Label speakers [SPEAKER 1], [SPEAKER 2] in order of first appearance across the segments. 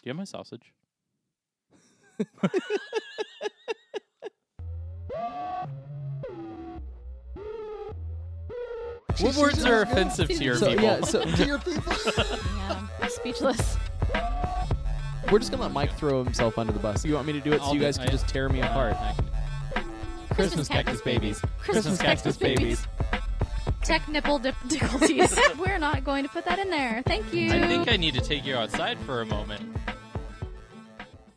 [SPEAKER 1] Do you have my sausage? what words are offensive to your
[SPEAKER 2] So,
[SPEAKER 1] people?
[SPEAKER 2] yeah, so
[SPEAKER 3] to your people.
[SPEAKER 2] Yeah,
[SPEAKER 3] I'm
[SPEAKER 2] speechless. we're just gonna let Mike throw himself under the bus. You want me to do it so
[SPEAKER 1] I'll
[SPEAKER 2] you
[SPEAKER 1] do-
[SPEAKER 2] guys can
[SPEAKER 1] I-
[SPEAKER 2] just tear me apart?
[SPEAKER 1] I can-
[SPEAKER 2] Christmas cactus babies.
[SPEAKER 1] Christmas cactus babies.
[SPEAKER 4] Technical difficulties.
[SPEAKER 5] We're not going to put that in there. Thank you.
[SPEAKER 1] I think I need to take you outside for a moment.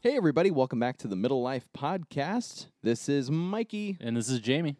[SPEAKER 2] Hey everybody, welcome back to the Middle Life Podcast. This is Mikey,
[SPEAKER 1] And this is Jamie.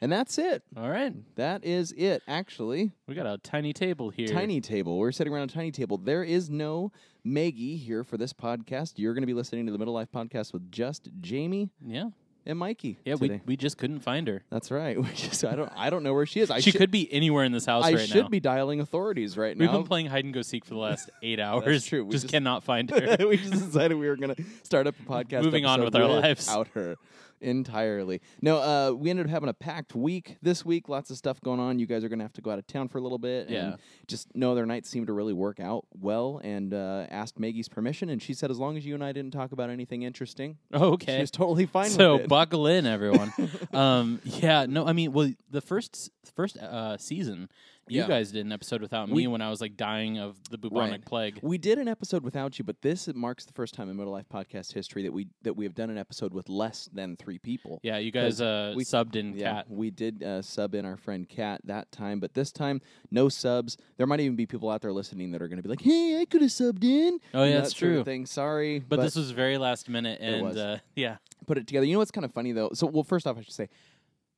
[SPEAKER 2] and that's it.
[SPEAKER 1] All right.
[SPEAKER 2] That is it. Actually,
[SPEAKER 1] We got a tiny table here.
[SPEAKER 2] tiny table. We're sitting around a tiny table. There is no Maggie here for this podcast. You're going to be listening to the Middle Life Podcast with just Jamie
[SPEAKER 1] Yeah.
[SPEAKER 2] and Mikey.
[SPEAKER 1] Yeah,
[SPEAKER 2] today.
[SPEAKER 1] we, we just couldn't find her.
[SPEAKER 2] That's right. We just I don't I don't know where she is. I
[SPEAKER 1] she
[SPEAKER 2] should-
[SPEAKER 1] could be anywhere in this house
[SPEAKER 2] I
[SPEAKER 1] right
[SPEAKER 2] should
[SPEAKER 1] now.
[SPEAKER 2] be dialing authorities right
[SPEAKER 1] We've
[SPEAKER 2] now.
[SPEAKER 1] been playing hide and go seek for the last eight hours.
[SPEAKER 2] true. We
[SPEAKER 1] Just,
[SPEAKER 2] just-
[SPEAKER 1] cannot find her.
[SPEAKER 2] we just decided we were going to start up a podcast.
[SPEAKER 1] Moving on
[SPEAKER 2] episode
[SPEAKER 1] with our lives.
[SPEAKER 2] without her entirely. No, uh, we ended up having a packed week this week. Lots of stuff going on. You guys are going to have to go out of town for a little bit.
[SPEAKER 1] Yeah.
[SPEAKER 2] And just no other nights seemed to really work out well. And uh, asked Maggie's permission, and she said as long as you and I didn't talk about anything interesting, she
[SPEAKER 1] okay.
[SPEAKER 2] was totally fine
[SPEAKER 1] So
[SPEAKER 2] with it.
[SPEAKER 1] buckle in, everyone. um, yeah, no, I mean, well, the first first uh, season, you
[SPEAKER 2] Yeah.
[SPEAKER 1] guys did an episode without
[SPEAKER 2] We-
[SPEAKER 1] me when I was like dying of the bubonic
[SPEAKER 2] Right.
[SPEAKER 1] plague.
[SPEAKER 2] we did an episode without you, but this marks the first time in Middle Life podcast history that we that we have done an episode with less than three people.
[SPEAKER 1] Yeah, you guys
[SPEAKER 2] 'Cause
[SPEAKER 1] uh,
[SPEAKER 2] we-
[SPEAKER 1] subbed in
[SPEAKER 2] Yeah,
[SPEAKER 1] cat.
[SPEAKER 2] we did uh, sub in our friend Kat that time, but this time no subs. There might even be people out there listening that are going to be like, "Hey, I could have subbed in."
[SPEAKER 1] Oh, yeah,
[SPEAKER 2] And
[SPEAKER 1] that's
[SPEAKER 2] that sort of
[SPEAKER 1] true.
[SPEAKER 2] thing. Sorry,
[SPEAKER 1] But, this was very last minute, and
[SPEAKER 2] was.
[SPEAKER 1] Uh, yeah,
[SPEAKER 2] put it together. You know what's kind of funny though? So, well, first off, I should say,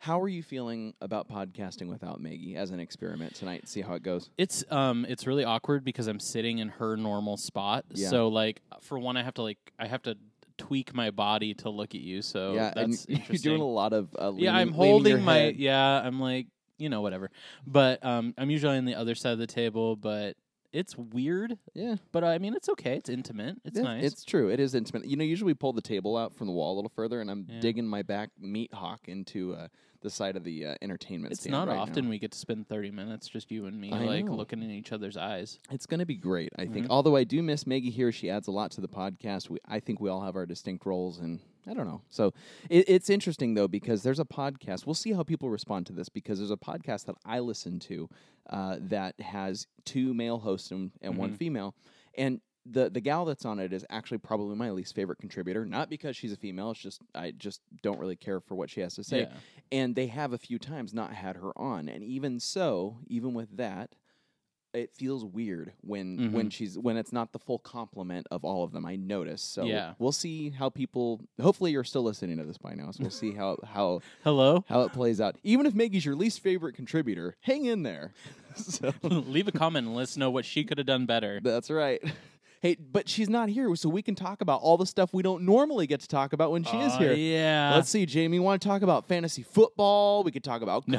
[SPEAKER 2] how are you feeling about podcasting without Maggie as an experiment tonight? See how it goes.
[SPEAKER 1] it's um, it's really awkward because I'm sitting in her normal spot.
[SPEAKER 2] Yeah.
[SPEAKER 1] So like, for one, I have to like, I have to tweak my body to look at you. So
[SPEAKER 2] yeah, and
[SPEAKER 1] Oh, that's
[SPEAKER 2] you're
[SPEAKER 1] interesting.
[SPEAKER 2] doing a lot of uh, leaning,
[SPEAKER 1] yeah, I'm
[SPEAKER 2] leaning your
[SPEAKER 1] holding my
[SPEAKER 2] head.
[SPEAKER 1] yeah, I'm like, you know, whatever. But um I'm usually on the other side of the table, but it's weird,
[SPEAKER 2] yeah.
[SPEAKER 1] but I mean it's okay. It's intimate. It's
[SPEAKER 2] Yeah,
[SPEAKER 1] nice.
[SPEAKER 2] It's true. It is intimate. You know, usually we pull the table out from the wall a little further, and I'm
[SPEAKER 1] Yeah.
[SPEAKER 2] digging my back meat hawk into uh, the side of the uh, entertainment
[SPEAKER 1] it's
[SPEAKER 2] stand.
[SPEAKER 1] not
[SPEAKER 2] right now.
[SPEAKER 1] often we get to spend 30 minutes just you and me
[SPEAKER 2] I
[SPEAKER 1] like
[SPEAKER 2] know.
[SPEAKER 1] looking in each other's eyes.
[SPEAKER 2] It's going to be great, I think. Although I do miss Maggie here. She adds a lot to the podcast. We, I think we all have our distinct roles, and I don't know. So it, it's interesting, though, because there's a podcast. We'll see how people respond to this because there's a podcast that I listen to uh, that has two male hosts and, and one female. And the, the gal that's on it is actually probably my least favorite contributor, not because she's a female. It's just I just don't really care for what she has to say.
[SPEAKER 1] Yeah.
[SPEAKER 2] And they have a few times not had her on. And even so, even with that, it feels weird when when
[SPEAKER 1] Mm-hmm.
[SPEAKER 2] she's when it's not the full complement of all of them. I notice. So
[SPEAKER 1] Yeah.
[SPEAKER 2] we'll see how people. Hopefully, you're still listening to this by now, so we'll see how how
[SPEAKER 1] Hello?
[SPEAKER 2] how it plays out. Even if Maggie's your least favorite contributor, hang in there. so
[SPEAKER 1] Leave a comment and let us know what she could have done better.
[SPEAKER 2] that's right. Hey, but she's not here, so we can talk about all the stuff we don't normally get to talk about when she is
[SPEAKER 1] Aw,
[SPEAKER 2] here.
[SPEAKER 1] Uh, Yeah.
[SPEAKER 2] Let's see, Jamie. Want to talk about fantasy football? We could talk about
[SPEAKER 1] No.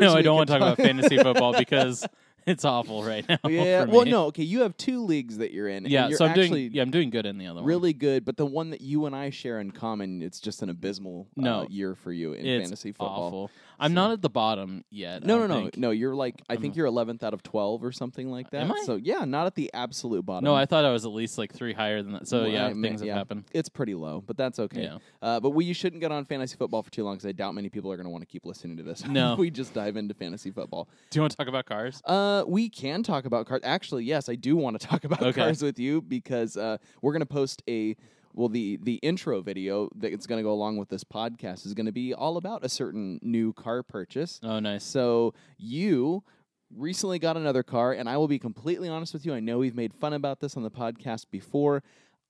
[SPEAKER 1] no, I
[SPEAKER 2] we
[SPEAKER 1] don't
[SPEAKER 2] could
[SPEAKER 1] want to talk about fantasy football because it's awful right now.
[SPEAKER 2] Yeah.
[SPEAKER 1] for
[SPEAKER 2] Well,
[SPEAKER 1] me.
[SPEAKER 2] no. Okay, you have two leagues that you're in. and
[SPEAKER 1] Yeah,
[SPEAKER 2] you're
[SPEAKER 1] so I'm
[SPEAKER 2] actually
[SPEAKER 1] doing yeah, I'm doing good in the other one.
[SPEAKER 2] really good, but the one that you and I share in common, it's just an abysmal uh,
[SPEAKER 1] No.
[SPEAKER 2] year for you in
[SPEAKER 1] it's
[SPEAKER 2] fantasy football.
[SPEAKER 1] awful. I'm not at the bottom yet. I
[SPEAKER 2] No,
[SPEAKER 1] don't
[SPEAKER 2] no, no,
[SPEAKER 1] think.
[SPEAKER 2] no. You're like I think you're eleventh out of twelve or something like that.
[SPEAKER 1] Am I?
[SPEAKER 2] So yeah, not at the absolute bottom.
[SPEAKER 1] No, I thought I was at least like three higher than that. So
[SPEAKER 2] Well,
[SPEAKER 1] yeah,
[SPEAKER 2] I mean,
[SPEAKER 1] things
[SPEAKER 2] yeah,
[SPEAKER 1] have happened.
[SPEAKER 2] It's pretty low, but that's okay.
[SPEAKER 1] Yeah.
[SPEAKER 2] Uh, but we you shouldn't get on fantasy football for too long because I doubt many people are going to want to keep listening to this.
[SPEAKER 1] No.
[SPEAKER 2] we just dive into fantasy football.
[SPEAKER 1] Do you want to talk about cars?
[SPEAKER 2] Uh, we can talk about cars. Actually, yes, I do want to talk about
[SPEAKER 1] Okay.
[SPEAKER 2] cars with you because uh, we're gonna post a well the the intro video that's gonna go along with this podcast is gonna be all about a certain new car purchase.
[SPEAKER 1] Oh, nice.
[SPEAKER 2] So you recently got another car, and I will be completely honest with you. I know we've made fun about this on the podcast before.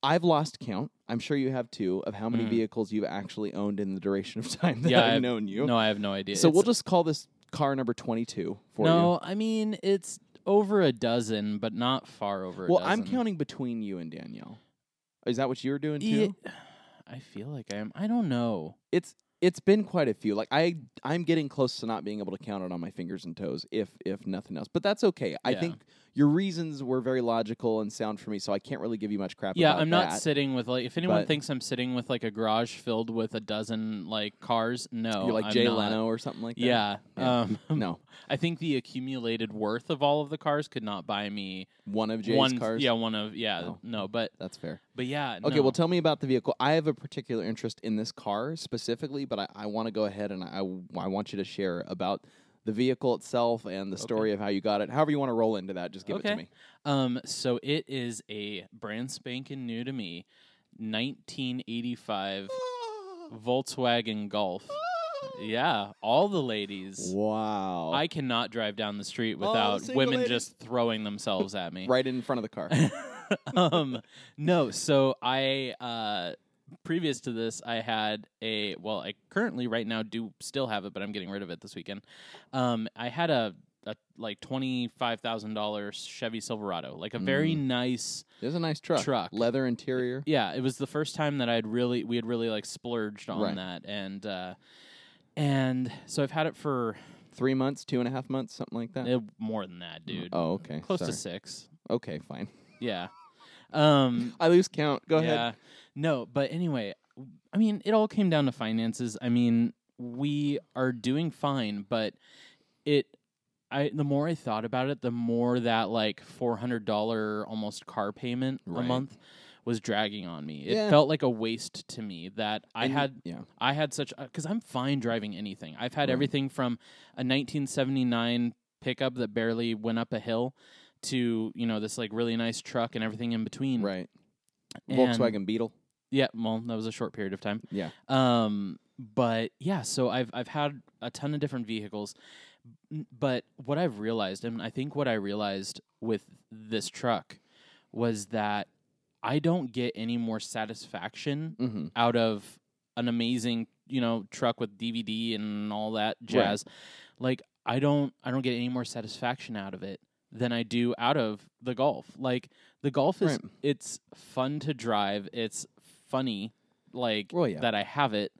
[SPEAKER 2] I've lost count. I'm sure you have too of how many
[SPEAKER 1] Mm.
[SPEAKER 2] vehicles you've actually owned in the duration of time that
[SPEAKER 1] Yeah,
[SPEAKER 2] I've,
[SPEAKER 1] I've-
[SPEAKER 2] known you.
[SPEAKER 1] No, I have no idea.
[SPEAKER 2] so we'll
[SPEAKER 1] It's-
[SPEAKER 2] just call this car number 22 for you.
[SPEAKER 1] no. I mean, it's over a dozen, but not far over.
[SPEAKER 2] Well,
[SPEAKER 1] a
[SPEAKER 2] I'm
[SPEAKER 1] dozen.
[SPEAKER 2] counting between you and Danielle. Is that what you were doing too?
[SPEAKER 1] Ye- I feel like I am. I don't know.
[SPEAKER 2] It's it's been quite a few. Like I I'm getting close to not being able to count it on my fingers and toes if if nothing else. But that's okay. I
[SPEAKER 1] Yeah.
[SPEAKER 2] think your reasons were very logical and sound for me, so I can't really give you much crap.
[SPEAKER 1] Yeah,
[SPEAKER 2] about
[SPEAKER 1] I'm not
[SPEAKER 2] that.
[SPEAKER 1] sitting with like if anyone
[SPEAKER 2] but-
[SPEAKER 1] thinks I'm sitting with like a garage filled with a dozen like cars, no.
[SPEAKER 2] You're like
[SPEAKER 1] I'm
[SPEAKER 2] Jay
[SPEAKER 1] not.
[SPEAKER 2] Leno or something like that.
[SPEAKER 1] Yeah.
[SPEAKER 2] Yeah.
[SPEAKER 1] Um,
[SPEAKER 2] No,
[SPEAKER 1] I think the accumulated worth of all of the cars could not buy me
[SPEAKER 2] one of Jay's
[SPEAKER 1] one
[SPEAKER 2] cars.
[SPEAKER 1] yeah, one of yeah,
[SPEAKER 2] No.
[SPEAKER 1] no, but
[SPEAKER 2] that's fair.
[SPEAKER 1] but yeah,
[SPEAKER 2] Okay,
[SPEAKER 1] no.
[SPEAKER 2] well, tell me about the vehicle. I have a particular interest in this car specifically, but I, I want to go ahead and I, I want you to share about the vehicle itself and the story of how you got it. However, you want to roll into that, just give it to
[SPEAKER 1] Okay.
[SPEAKER 2] me.
[SPEAKER 1] Um, so it is a brand spanking new to me, 1985 Volkswagen Golf. Yeah, all the ladies.
[SPEAKER 2] Wow.
[SPEAKER 1] I cannot drive down the street
[SPEAKER 2] All the
[SPEAKER 1] without
[SPEAKER 2] Oh, single
[SPEAKER 1] women
[SPEAKER 2] ladies.
[SPEAKER 1] just throwing themselves at me.
[SPEAKER 2] right in front of the car.
[SPEAKER 1] um, no, so I uh, previous to this, I had a well, I currently right now do still have it, but I'm getting rid of it this weekend. Um, I had a, a like twenty five thousand dollars Chevy Silverado, like a very
[SPEAKER 2] Mm.
[SPEAKER 1] nice.
[SPEAKER 2] There's a nice truck.
[SPEAKER 1] Truck.
[SPEAKER 2] Leather interior.
[SPEAKER 1] Yeah, it was the first time that I'd really we had really like splurged on
[SPEAKER 2] Right.
[SPEAKER 1] that, and uh, and so I've had it for
[SPEAKER 2] Three months, two and a half months, something like that.
[SPEAKER 1] eh, more than that, dude.
[SPEAKER 2] Oh, okay.
[SPEAKER 1] Close
[SPEAKER 2] Sorry.
[SPEAKER 1] to six.
[SPEAKER 2] Okay, fine.
[SPEAKER 1] Yeah. Um,
[SPEAKER 2] I lose count. Go ahead.
[SPEAKER 1] No, but anyway, I mean, it all came down to finances. I mean, we are doing fine, but it. I the more I thought about it, the more that like four hundred dollar almost car payment
[SPEAKER 2] Right.
[SPEAKER 1] a month was dragging on me. It
[SPEAKER 2] Yeah.
[SPEAKER 1] felt like a waste to me that I
[SPEAKER 2] And-
[SPEAKER 1] had
[SPEAKER 2] Yeah.
[SPEAKER 1] I had such because I'm fine driving anything. I've had
[SPEAKER 2] Right.
[SPEAKER 1] everything from a 1979 pickup that barely went up a hill to you know this like really nice truck and everything in between.
[SPEAKER 2] Right.
[SPEAKER 1] And-
[SPEAKER 2] Volkswagen Beetle.
[SPEAKER 1] Yeah, well, that was a short period of time.
[SPEAKER 2] Yeah.
[SPEAKER 1] Um, but yeah, so I've I've had a ton of different vehicles, N- but what I've realized, and I think what I realized with this truck, was that I don't get any more satisfaction
[SPEAKER 2] Mm-hmm.
[SPEAKER 1] out of an amazing you know truck with DVD and all that jazz. Like I don't I don't get any more satisfaction out of it than I do out of the golf. Like the golf is
[SPEAKER 2] Right.
[SPEAKER 1] it's fun to drive. It's funny like
[SPEAKER 2] Well, yeah.
[SPEAKER 1] that I have it,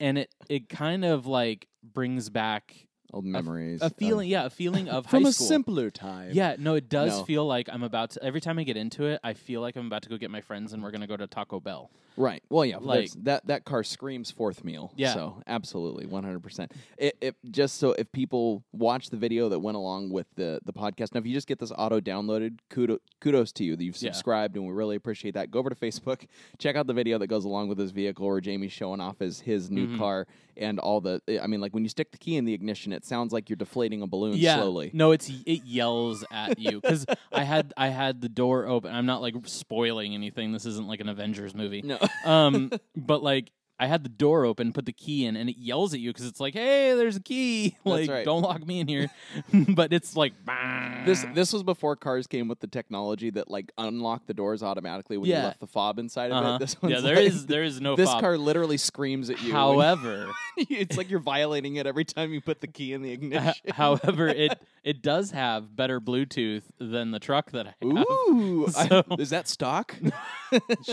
[SPEAKER 1] and it it kind of like brings back
[SPEAKER 2] Old memories.
[SPEAKER 1] a
[SPEAKER 2] of-
[SPEAKER 1] feeling. Yeah, a feeling of
[SPEAKER 2] um, from
[SPEAKER 1] high
[SPEAKER 2] a
[SPEAKER 1] school.
[SPEAKER 2] simpler time.
[SPEAKER 1] Yeah, no, it does
[SPEAKER 2] No.
[SPEAKER 1] feel like I'm about to. Every time I get into it, I feel like I'm about to go get my friends and we're gonna go to Taco Bell.
[SPEAKER 2] Right. Well, yeah. Like
[SPEAKER 1] Like-
[SPEAKER 2] that that car screams fourth meal.
[SPEAKER 1] Yeah.
[SPEAKER 2] So absolutely, one hundred percent. It it just so if people watch the video that went along with the the podcast. Now, if you just get this auto downloaded, kudos kudos to you that you've
[SPEAKER 1] Yeah.
[SPEAKER 2] subscribed, and we really appreciate that. Go over to Facebook, check out the video that goes along with this vehicle where Jamie's showing off his his new
[SPEAKER 1] Mhm.
[SPEAKER 2] car and all the. I mean, like when you stick the key in the ignition, it sounds like you're deflating a balloon slowly.
[SPEAKER 1] No, it's it yells at you because I had I had the door open. I'm not like spoiling anything. This isn't like an Avengers movie.
[SPEAKER 2] No.
[SPEAKER 1] Um, but like I had the door open, put the key in, and it yells at you because it's like, hey, there's a key. Like,
[SPEAKER 2] right.
[SPEAKER 1] don't lock me in here. but it's like "Bah."
[SPEAKER 2] This this was before cars came with the technology that like unlocked the doors automatically when you
[SPEAKER 1] Yeah.
[SPEAKER 2] left the fob inside of
[SPEAKER 1] Uh-huh.
[SPEAKER 2] it. This one's
[SPEAKER 1] yeah, there
[SPEAKER 2] like-
[SPEAKER 1] is there is no
[SPEAKER 2] this
[SPEAKER 1] fob.
[SPEAKER 2] car literally screams at you. when-
[SPEAKER 1] However,
[SPEAKER 2] it's like you're violating it every time you put the key in the ignition.
[SPEAKER 1] h- however, it it does have better Bluetooth than the truck that I have.
[SPEAKER 2] Ooh, I-
[SPEAKER 1] So-
[SPEAKER 2] is that stock?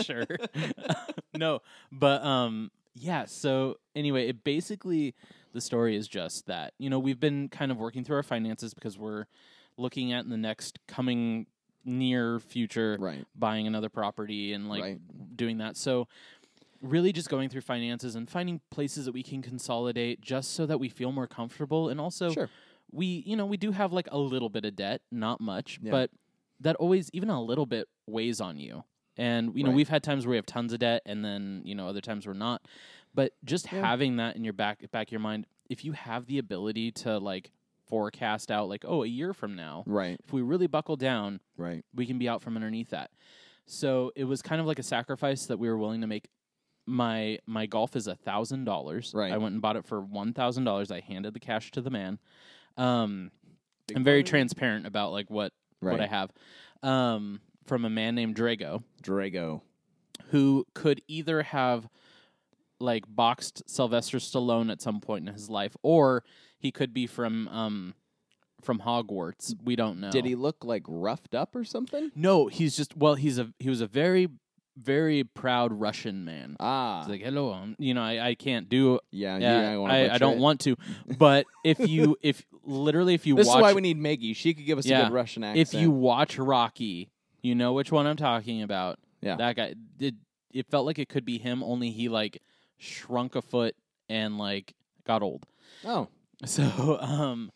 [SPEAKER 1] sure. no, but um yeah, so anyway, it basically the story is just that. You know, we've been kind of working through our finances because we're looking at in the next coming near future
[SPEAKER 2] right.
[SPEAKER 1] buying another property and like
[SPEAKER 2] Right.
[SPEAKER 1] doing that. So really just going through finances and finding places that we can consolidate just so that we feel more comfortable and also
[SPEAKER 2] sure.
[SPEAKER 1] we you know we do have like a little bit of debt not much
[SPEAKER 2] Yeah.
[SPEAKER 1] but that always even a little bit weighs on you and you know
[SPEAKER 2] Right.
[SPEAKER 1] we've had times where we have tons of debt and then you know other times we're not but just
[SPEAKER 2] Yeah.
[SPEAKER 1] having that in your back back of your mind if you have the ability to like forecast out like oh a year from now
[SPEAKER 2] Right.
[SPEAKER 1] if we really buckle down
[SPEAKER 2] Right.
[SPEAKER 1] we can be out from underneath that so it was kind of like a sacrifice that we were willing to make my my golf is a thousand dollars
[SPEAKER 2] Right.
[SPEAKER 1] i went and bought it for one thousand dollars i handed the cash to the man um
[SPEAKER 2] Big
[SPEAKER 1] I'm very
[SPEAKER 2] money.
[SPEAKER 1] transparent about like what
[SPEAKER 2] Right.
[SPEAKER 1] what I have um, from a man named Drago
[SPEAKER 2] Drago.
[SPEAKER 1] who could either have like boxed Sylvester Stallone at some point in his life, or he could be from um, from Hogwarts. We don't know.
[SPEAKER 2] Did he look like roughed up or something?
[SPEAKER 1] No, he's just well. He's a he was a very very proud Russian man.
[SPEAKER 2] Ah,
[SPEAKER 1] It's like hello, um," you know, I, I can't do.
[SPEAKER 2] yeah,
[SPEAKER 1] Yeah,
[SPEAKER 2] yeah. I, wanna
[SPEAKER 1] I, I
[SPEAKER 2] butcher
[SPEAKER 1] don't
[SPEAKER 2] it.
[SPEAKER 1] want to. But if you, if literally, if you
[SPEAKER 2] This
[SPEAKER 1] watch,
[SPEAKER 2] is why we need Maggie. She could give us a
[SPEAKER 1] Yeah.
[SPEAKER 2] good Russian accent.
[SPEAKER 1] if you watch Rocky, you know which one I'm talking about.
[SPEAKER 2] Yeah.
[SPEAKER 1] that guy did. It felt like it could be him, only he like shrunk a foot and like got old.
[SPEAKER 2] oh,
[SPEAKER 1] So, um,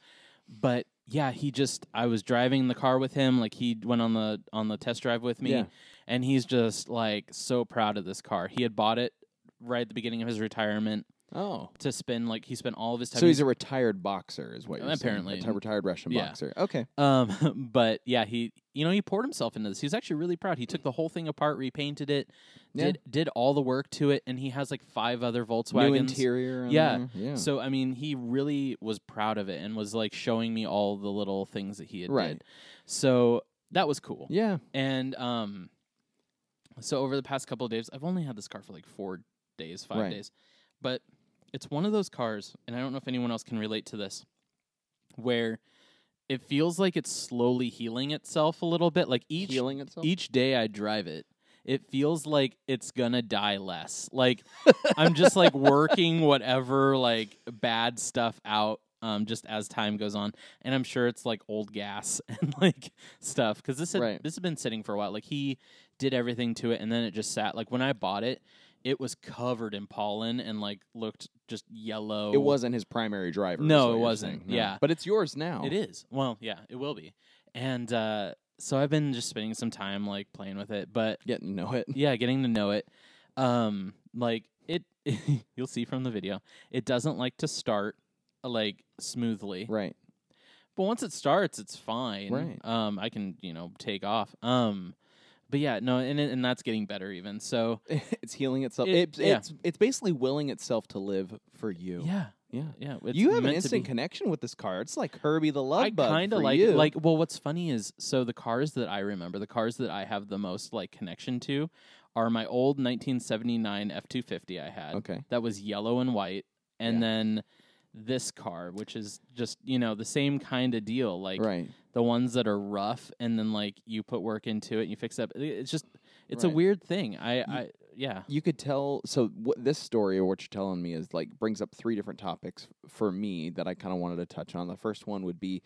[SPEAKER 1] but yeah, he just I was driving in the car with him, like he went on the on the test drive with me,
[SPEAKER 2] Yeah.
[SPEAKER 1] and he's just like so proud of this car. He had bought it right at the beginning of his retirement
[SPEAKER 2] oh.
[SPEAKER 1] to spend like he spent all of his time.
[SPEAKER 2] So he's a retired boxer, is what you're
[SPEAKER 1] Apparently.
[SPEAKER 2] saying. a retired Russian
[SPEAKER 1] Yeah.
[SPEAKER 2] boxer. Okay.
[SPEAKER 1] um, but yeah, he you know he poured himself into this. He was actually really proud. He took the whole thing apart, repainted it,
[SPEAKER 2] Yeah.
[SPEAKER 1] did did all the work to it, and he has like five other Volkswagens.
[SPEAKER 2] New interior. on
[SPEAKER 1] Yeah.
[SPEAKER 2] there. Yeah.
[SPEAKER 1] So I mean, he really was proud of it and was like showing me all the little things that he had
[SPEAKER 2] Right.
[SPEAKER 1] did. So that was cool.
[SPEAKER 2] yeah.
[SPEAKER 1] And um, so over the past couple of days, I've only had this car for like four days, five
[SPEAKER 2] Right.
[SPEAKER 1] days, but it's one of those cars, and I don't know if anyone else can relate to this, where it feels like it's slowly healing itself a little bit. Like each
[SPEAKER 2] Healing itself.
[SPEAKER 1] each day I drive it, it feels like it's gonna die less. Like I'm just like working whatever like bad stuff out um just as time goes on. And I'm sure it's like old gas and like stuff. Cause this had,
[SPEAKER 2] Right.
[SPEAKER 1] this has been sitting for a while. Like he did everything to it and then it just sat like when I bought it, it was covered in pollen and like looked just yellow.
[SPEAKER 2] It wasn't his primary driver. is
[SPEAKER 1] No,
[SPEAKER 2] what
[SPEAKER 1] it
[SPEAKER 2] you're
[SPEAKER 1] wasn't.
[SPEAKER 2] saying. No.
[SPEAKER 1] Yeah.
[SPEAKER 2] But it's yours now.
[SPEAKER 1] It is. Well, yeah, it will be. And uh so I've been just spending some time like playing with it, but
[SPEAKER 2] Getting to know it.
[SPEAKER 1] yeah getting to know it um like it you'll see from the video it doesn't like to start uh, like smoothly
[SPEAKER 2] Right.
[SPEAKER 1] but once it starts it's fine
[SPEAKER 2] Right.
[SPEAKER 1] um i can you know take off um but yeah no and it- and that's getting better even so
[SPEAKER 2] it's healing itself.
[SPEAKER 1] It-
[SPEAKER 2] it's,
[SPEAKER 1] yeah.
[SPEAKER 2] it's it's basically willing itself to live for you.
[SPEAKER 1] yeah
[SPEAKER 2] Yeah.
[SPEAKER 1] yeah it's
[SPEAKER 2] you have an
[SPEAKER 1] meant to
[SPEAKER 2] instant
[SPEAKER 1] be.
[SPEAKER 2] connection with this car. It's like Herbie the Love
[SPEAKER 1] I
[SPEAKER 2] Bug
[SPEAKER 1] kind of
[SPEAKER 2] for
[SPEAKER 1] like
[SPEAKER 2] you.
[SPEAKER 1] it. like well what's funny is so the cars that I remember the cars that I have the most like connection to are my old 1979 F250 I had
[SPEAKER 2] Okay.
[SPEAKER 1] that was yellow and white, and
[SPEAKER 2] Yeah.
[SPEAKER 1] then this car, which is just you know the same kind of deal, like
[SPEAKER 2] Right.
[SPEAKER 1] the ones that are rough, and then like you put work into it and you fix it up. It- It's just it's a
[SPEAKER 2] Right.
[SPEAKER 1] weird thing. I, I yeah
[SPEAKER 2] you could tell so what this story or what you're telling me is like brings up three different topics f- for me that i kind of wanted to touch on the first one would be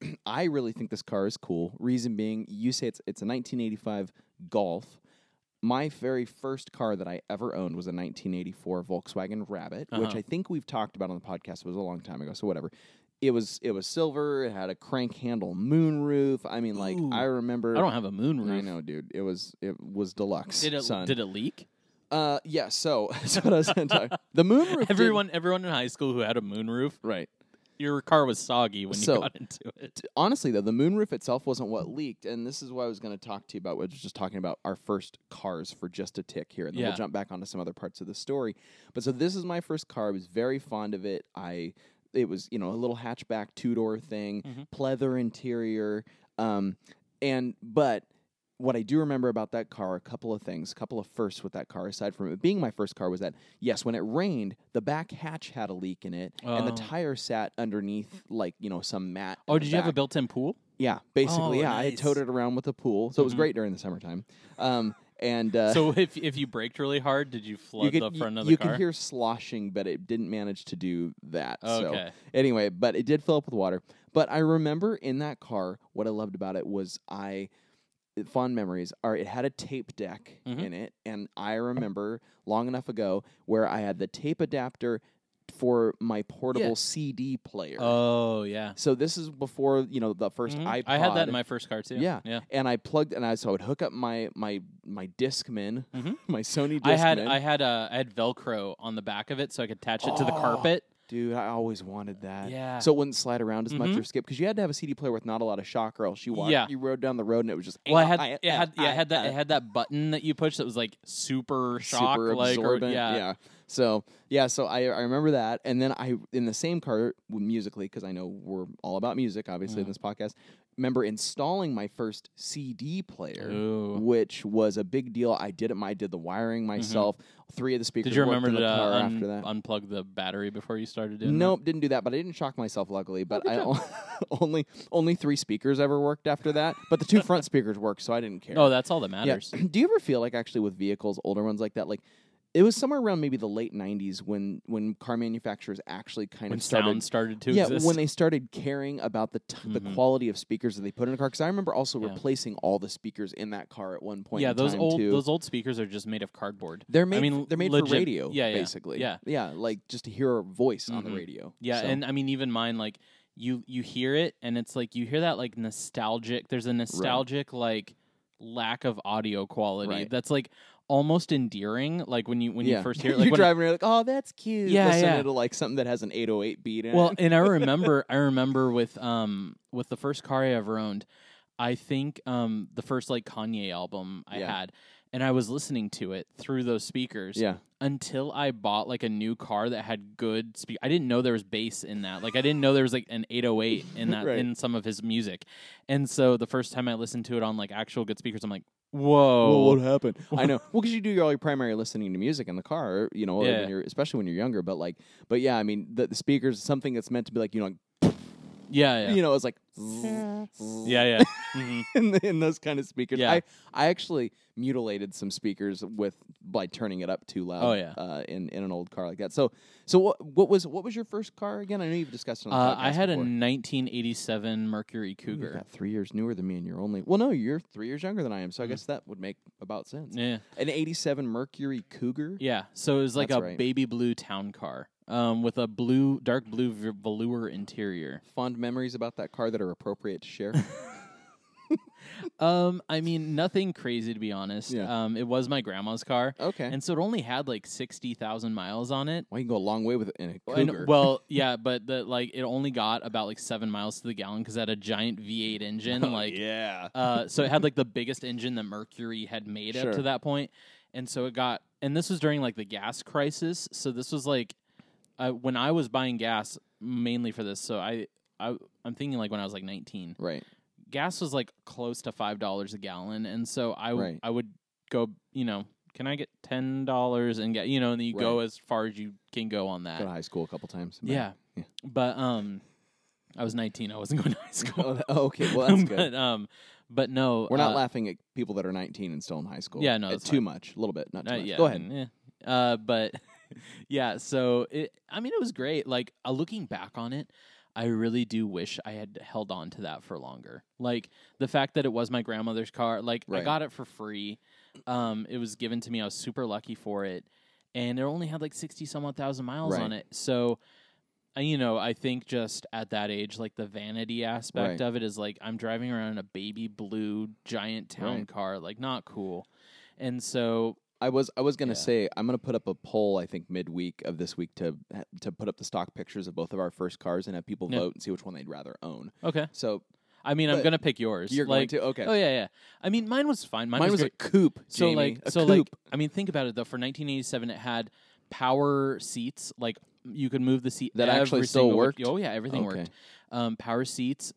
[SPEAKER 2] i really think this car is cool reason being you say it's it's a 1985 golf my very first car that i ever owned was a 1984 volkswagen rabbit which
[SPEAKER 1] Uh-huh.
[SPEAKER 2] i think we've talked about on the podcast it was a long time ago so whatever it was it was silver it had a crank handle moonroof i mean like
[SPEAKER 1] Ooh.
[SPEAKER 2] i remember
[SPEAKER 1] I don't have a moon
[SPEAKER 2] I
[SPEAKER 1] roof.
[SPEAKER 2] know, dude. It was it was deluxe.
[SPEAKER 1] Did it
[SPEAKER 2] son.
[SPEAKER 1] did it leak?
[SPEAKER 2] Uh, yeah. So that's what I was going to talk. The moon roof. did-
[SPEAKER 1] Everyone everyone in high school who had a moon roof,
[SPEAKER 2] right.
[SPEAKER 1] your car was soggy when
[SPEAKER 2] So-
[SPEAKER 1] you got into it.
[SPEAKER 2] Honestly, though, the moon roof itself wasn't what leaked, and this is what I was going to talk to you about. Was just talking about our first cars for just a tick here, and then
[SPEAKER 1] Yeah.
[SPEAKER 2] we'll jump back onto some other parts of the story. But so this is my first car. I was very fond of it. I it was you know a little hatchback two door thing,
[SPEAKER 1] Mhm.
[SPEAKER 2] pleather interior. Um, and but what I do remember about that car, a couple of things, a couple of firsts with that car, aside from it being my first car, was that yes, when it rained, the back hatch had a leak in it, and the
[SPEAKER 1] Oh.
[SPEAKER 2] tire sat underneath like you know some mat.
[SPEAKER 1] Oh,
[SPEAKER 2] in
[SPEAKER 1] did
[SPEAKER 2] the
[SPEAKER 1] you have a
[SPEAKER 2] back.
[SPEAKER 1] built-in pool?
[SPEAKER 2] Yeah, basically,
[SPEAKER 1] Oh,
[SPEAKER 2] yeah. I had
[SPEAKER 1] nice.
[SPEAKER 2] towed it around with a pool, so it was
[SPEAKER 1] Mhm.
[SPEAKER 2] great during the summertime. Um, and uh,
[SPEAKER 1] so if if you braked really hard, did you flood
[SPEAKER 2] you could
[SPEAKER 1] the
[SPEAKER 2] y-
[SPEAKER 1] front of the
[SPEAKER 2] you
[SPEAKER 1] car?
[SPEAKER 2] could hear sloshing, but it didn't manage to do that. So uh,
[SPEAKER 1] okay.
[SPEAKER 2] anyway, but it did fill up with water. But I remember in that car, what I loved about it was I fond memories are it had a tape deck
[SPEAKER 1] Mhm.
[SPEAKER 2] in it, and I remember long enough ago where I had the tape adapter for my portable CD player.
[SPEAKER 1] Oh yeah.
[SPEAKER 2] so this is before you know the 1st
[SPEAKER 1] Mhm.
[SPEAKER 2] iPod.
[SPEAKER 1] I had that in my first car too.
[SPEAKER 2] Yeah.
[SPEAKER 1] yeah.
[SPEAKER 2] and I plugged and I so I would hook up my my my Discman,
[SPEAKER 1] Mhm.
[SPEAKER 2] my Sony. Discman.
[SPEAKER 1] I had I had uh, I had Velcro on the back of it, so I could attach it to the
[SPEAKER 2] Oh,
[SPEAKER 1] carpet.
[SPEAKER 2] Dude, I always wanted that.
[SPEAKER 1] Yeah.
[SPEAKER 2] So it wouldn't slide around as much
[SPEAKER 1] Mhm.
[SPEAKER 2] or skip because you had to have a CD player with not a lot of shock, or else you walked,
[SPEAKER 1] Yeah.
[SPEAKER 2] you rode down the road and it was just.
[SPEAKER 1] Well, I had it had yeah, I had that I had that button that you push that was like super shock
[SPEAKER 2] super
[SPEAKER 1] like or-
[SPEAKER 2] absorbent.
[SPEAKER 1] yeah.
[SPEAKER 2] So yeah, so I, I remember that, and then I in the same car w- musically because I know we're all about music, obviously in
[SPEAKER 1] Mhm.
[SPEAKER 2] this podcast. remember installing my first CD player,
[SPEAKER 1] Ooh. Mm-hmm.
[SPEAKER 2] which was a big deal. I did it. My, I did the wiring myself. Three of the speakers.
[SPEAKER 1] Did you
[SPEAKER 2] worked
[SPEAKER 1] remember
[SPEAKER 2] in the
[SPEAKER 1] to
[SPEAKER 2] car
[SPEAKER 1] uh, un-
[SPEAKER 2] after that?
[SPEAKER 1] unplug the battery before you started doing?
[SPEAKER 2] Nope, didn't do that. But I didn't shock myself, luckily. But I only only three speakers ever worked after that. But the two front speakers worked, so I didn't care.
[SPEAKER 1] That? Oh, that's all that
[SPEAKER 2] Yeah.
[SPEAKER 1] matters.
[SPEAKER 2] Do you ever feel like actually with vehicles, older ones like that, like it was somewhere around maybe the late '90s when when car manufacturers actually kind
[SPEAKER 1] When
[SPEAKER 2] of started.
[SPEAKER 1] sound started to
[SPEAKER 2] yeah,
[SPEAKER 1] exist.
[SPEAKER 2] when they started caring about the t- the
[SPEAKER 1] Mhm.
[SPEAKER 2] quality of speakers that they put in a car, because I remember also
[SPEAKER 1] Yeah.
[SPEAKER 2] replacing all the speakers in that car at one point.
[SPEAKER 1] yeah,
[SPEAKER 2] in
[SPEAKER 1] those
[SPEAKER 2] time,
[SPEAKER 1] old
[SPEAKER 2] too.
[SPEAKER 1] those old speakers are just made of cardboard.
[SPEAKER 2] they're made.
[SPEAKER 1] I mean,
[SPEAKER 2] f- they're made
[SPEAKER 1] legit-
[SPEAKER 2] for radio.
[SPEAKER 1] yeah, yeah,
[SPEAKER 2] basically.
[SPEAKER 1] yeah.
[SPEAKER 2] yeah, like just to hear a voice on the
[SPEAKER 1] Mhm.
[SPEAKER 2] radio.
[SPEAKER 1] Yeah,
[SPEAKER 2] So-
[SPEAKER 1] and I mean even mine like you you hear it and it's like you hear that like nostalgic there's a nostalgic like lack of audio quality
[SPEAKER 2] Right.
[SPEAKER 1] that's like almost endearing like when you when you first hear it
[SPEAKER 2] you're
[SPEAKER 1] like when I-
[SPEAKER 2] driving, you're like, oh, that's cute.
[SPEAKER 1] Yeah,
[SPEAKER 2] Listening
[SPEAKER 1] yeah.
[SPEAKER 2] to like something that has an 808 beat in it.
[SPEAKER 1] Well, and I remember, I remember with um with the first car I ever owned, I think um the first like Kanye album I
[SPEAKER 2] Yeah.
[SPEAKER 1] had, and I was listening to it through those speakers.
[SPEAKER 2] yeah,
[SPEAKER 1] Until I bought like a new car that had good speak. I didn't know there was bass in that. Like I didn't know there was like an 808 in that
[SPEAKER 2] Right.
[SPEAKER 1] in some of his music. And so the first time I listened to it on like actual good speakers, I'm like, whoa.
[SPEAKER 2] well, what happened? Oh. I know. Well, because you do your- all your primary listening to music in the car, you know,
[SPEAKER 1] Yeah.
[SPEAKER 2] when you're, especially when you're younger. But like, but yeah, I mean, the, the speakers something that's meant to be like, you know, like,
[SPEAKER 1] yeah, yeah,
[SPEAKER 2] you know, it's like,
[SPEAKER 1] yeah, yeah. Mhm.
[SPEAKER 2] in, the, in those kind of speakers.
[SPEAKER 1] Yeah.
[SPEAKER 2] I I actually mutilated some speakers with by turning it up too loud.
[SPEAKER 1] Oh, yeah.
[SPEAKER 2] uh, in in an old car like that. So so what what was what was your first car again? I know you've discussed it. On the
[SPEAKER 1] Uh, I
[SPEAKER 2] podcast
[SPEAKER 1] had a
[SPEAKER 2] before.
[SPEAKER 1] 1987 Mercury Cougar.
[SPEAKER 2] You're about three years newer than me, and you're only well, no, you're three years younger than I am, so I guess that would make about sense.
[SPEAKER 1] Mm-hmm. Yeah.
[SPEAKER 2] An '87 Mercury Cougar.
[SPEAKER 1] Yeah, so it was like
[SPEAKER 2] That's
[SPEAKER 1] a
[SPEAKER 2] right.
[SPEAKER 1] baby blue town car um, with a blue, dark blue v- velour interior.
[SPEAKER 2] Fond memories about that car that are appropriate to share.
[SPEAKER 1] Um, I mean, nothing crazy to be honest.
[SPEAKER 2] Yeah.
[SPEAKER 1] Um, it was my grandma's car,
[SPEAKER 2] okay.
[SPEAKER 1] and so it only had like sixty thousand miles on it.
[SPEAKER 2] well, you can go a long way with it in a
[SPEAKER 1] And-
[SPEAKER 2] cougar.
[SPEAKER 1] well, yeah, but the, like it only got about like seven miles to the gallon because it had a giant V8 engine.
[SPEAKER 2] Oh,
[SPEAKER 1] like,
[SPEAKER 2] yeah.
[SPEAKER 1] uh, so it had like the biggest engine that Mercury had made
[SPEAKER 2] Sure.
[SPEAKER 1] up to that point, and so it got. And this was during like the gas crisis, so this was like uh, when I was buying gas mainly for this. So I, I, I'm thinking like when I was like 19,
[SPEAKER 2] Right.
[SPEAKER 1] gas was like close to five dollars a gallon, and so I, w-
[SPEAKER 2] Right.
[SPEAKER 1] I would go, you know, can I get ten dollars and get, you know, and then you go as far as you can go on
[SPEAKER 2] Go to
[SPEAKER 1] that.
[SPEAKER 2] high school a couple times.
[SPEAKER 1] Yeah.
[SPEAKER 2] Yeah.
[SPEAKER 1] but um, I was 19. I wasn't going to high school.
[SPEAKER 2] Oh, oh, okay. Well, that's good.
[SPEAKER 1] but um, but no,
[SPEAKER 2] We're not
[SPEAKER 1] uh,
[SPEAKER 2] laughing at people that are 19 and still in high school.
[SPEAKER 1] Yeah, no,
[SPEAKER 2] it's
[SPEAKER 1] that's
[SPEAKER 2] too
[SPEAKER 1] fine.
[SPEAKER 2] much. A little bit, not too
[SPEAKER 1] Uh,
[SPEAKER 2] much.
[SPEAKER 1] yeah,
[SPEAKER 2] Go
[SPEAKER 1] I
[SPEAKER 2] ahead.
[SPEAKER 1] mean, yeah. Uh, but yeah, so it, I mean, it was great. Like uh, looking back on it, I really do wish I had held on to that for longer. Like the fact that it was my grandmother's car. Like I
[SPEAKER 2] Right.
[SPEAKER 1] got it for free. Um, it was given to me. I was super lucky for it, and it only had like sixty some odd thousand miles on
[SPEAKER 2] Right.
[SPEAKER 1] it. So. uh, You know, I think just at that age, like the vanity aspect
[SPEAKER 2] Right.
[SPEAKER 1] of it is like I'm driving around in a baby blue giant town
[SPEAKER 2] Right.
[SPEAKER 1] car, like not cool. And so
[SPEAKER 2] I was I was gonna
[SPEAKER 1] Yeah.
[SPEAKER 2] say I'm gonna put up a poll I think midweek of this week to to put up the stock pictures of both of our first cars and have people
[SPEAKER 1] Yeah.
[SPEAKER 2] vote and see which one they'd rather own.
[SPEAKER 1] Okay.
[SPEAKER 2] So
[SPEAKER 1] I mean, I'm
[SPEAKER 2] But
[SPEAKER 1] gonna pick yours.
[SPEAKER 2] you're
[SPEAKER 1] like,
[SPEAKER 2] going to okay.
[SPEAKER 1] Oh yeah, yeah. I mean, mine was fine. Mine,
[SPEAKER 2] Mine
[SPEAKER 1] was,
[SPEAKER 2] was a
[SPEAKER 1] great.
[SPEAKER 2] coupe.
[SPEAKER 1] so
[SPEAKER 2] Jamie,
[SPEAKER 1] like
[SPEAKER 2] a
[SPEAKER 1] so
[SPEAKER 2] coupe.
[SPEAKER 1] like. I mean, think about it though. For 1987, it had power seats. Like you could move the seat
[SPEAKER 2] That
[SPEAKER 1] every
[SPEAKER 2] actually still
[SPEAKER 1] single-
[SPEAKER 2] worked?
[SPEAKER 1] Oh yeah, everything
[SPEAKER 2] Okay.
[SPEAKER 1] worked. Um, power seats,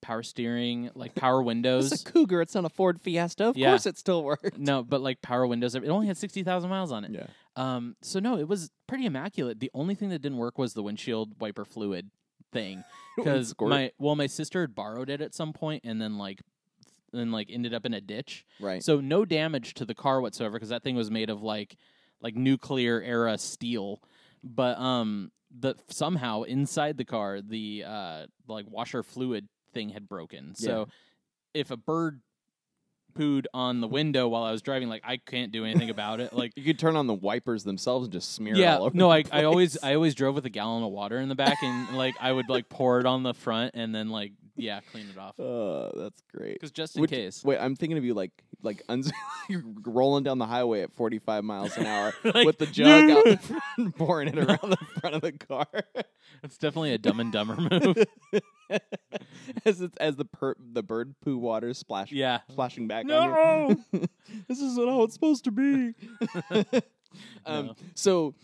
[SPEAKER 1] power steering, like power windows.
[SPEAKER 2] It's a Cougar. It's not a Ford Fiesta. Of
[SPEAKER 1] Yeah.
[SPEAKER 2] course, it still works.
[SPEAKER 1] no, but like power windows. It only had 60,000 miles on it.
[SPEAKER 2] Yeah.
[SPEAKER 1] Um, so no, it was pretty immaculate. The only thing that didn't work was the windshield wiper fluid thing because
[SPEAKER 2] Squirt.
[SPEAKER 1] my well, my sister had borrowed it at some point and then like then like ended up in a ditch.
[SPEAKER 2] Right.
[SPEAKER 1] So no damage to the car whatsoever because that thing was made of like like nuclear era steel. But um, the somehow inside the car the uh like washer fluid thing had broken. So if a bird pooed on the window while I was driving, like I can't do anything about it. Like
[SPEAKER 2] you could turn on the wipers themselves and just smear it
[SPEAKER 1] yeah,
[SPEAKER 2] all over.
[SPEAKER 1] no,
[SPEAKER 2] the
[SPEAKER 1] I, I always
[SPEAKER 2] place.
[SPEAKER 1] I always drove with a gallon of water in the back, and like I would like pour it on the front, and then like yeah, clean it off
[SPEAKER 2] Oh, that's great.
[SPEAKER 1] because just in
[SPEAKER 2] Would you-
[SPEAKER 1] case.
[SPEAKER 2] Wait, I'm thinking of you like like uns- you're rolling down the highway at 45 miles an hour
[SPEAKER 1] Like,
[SPEAKER 2] with the jug out the front, and pouring it around the front of the car
[SPEAKER 1] It's definitely a Dumb and Dumber move.
[SPEAKER 2] as it's, as the per- the bird poo water splash
[SPEAKER 1] yeah.
[SPEAKER 2] splashing back on you. this isn't how it's supposed to be. um,
[SPEAKER 1] No.
[SPEAKER 2] So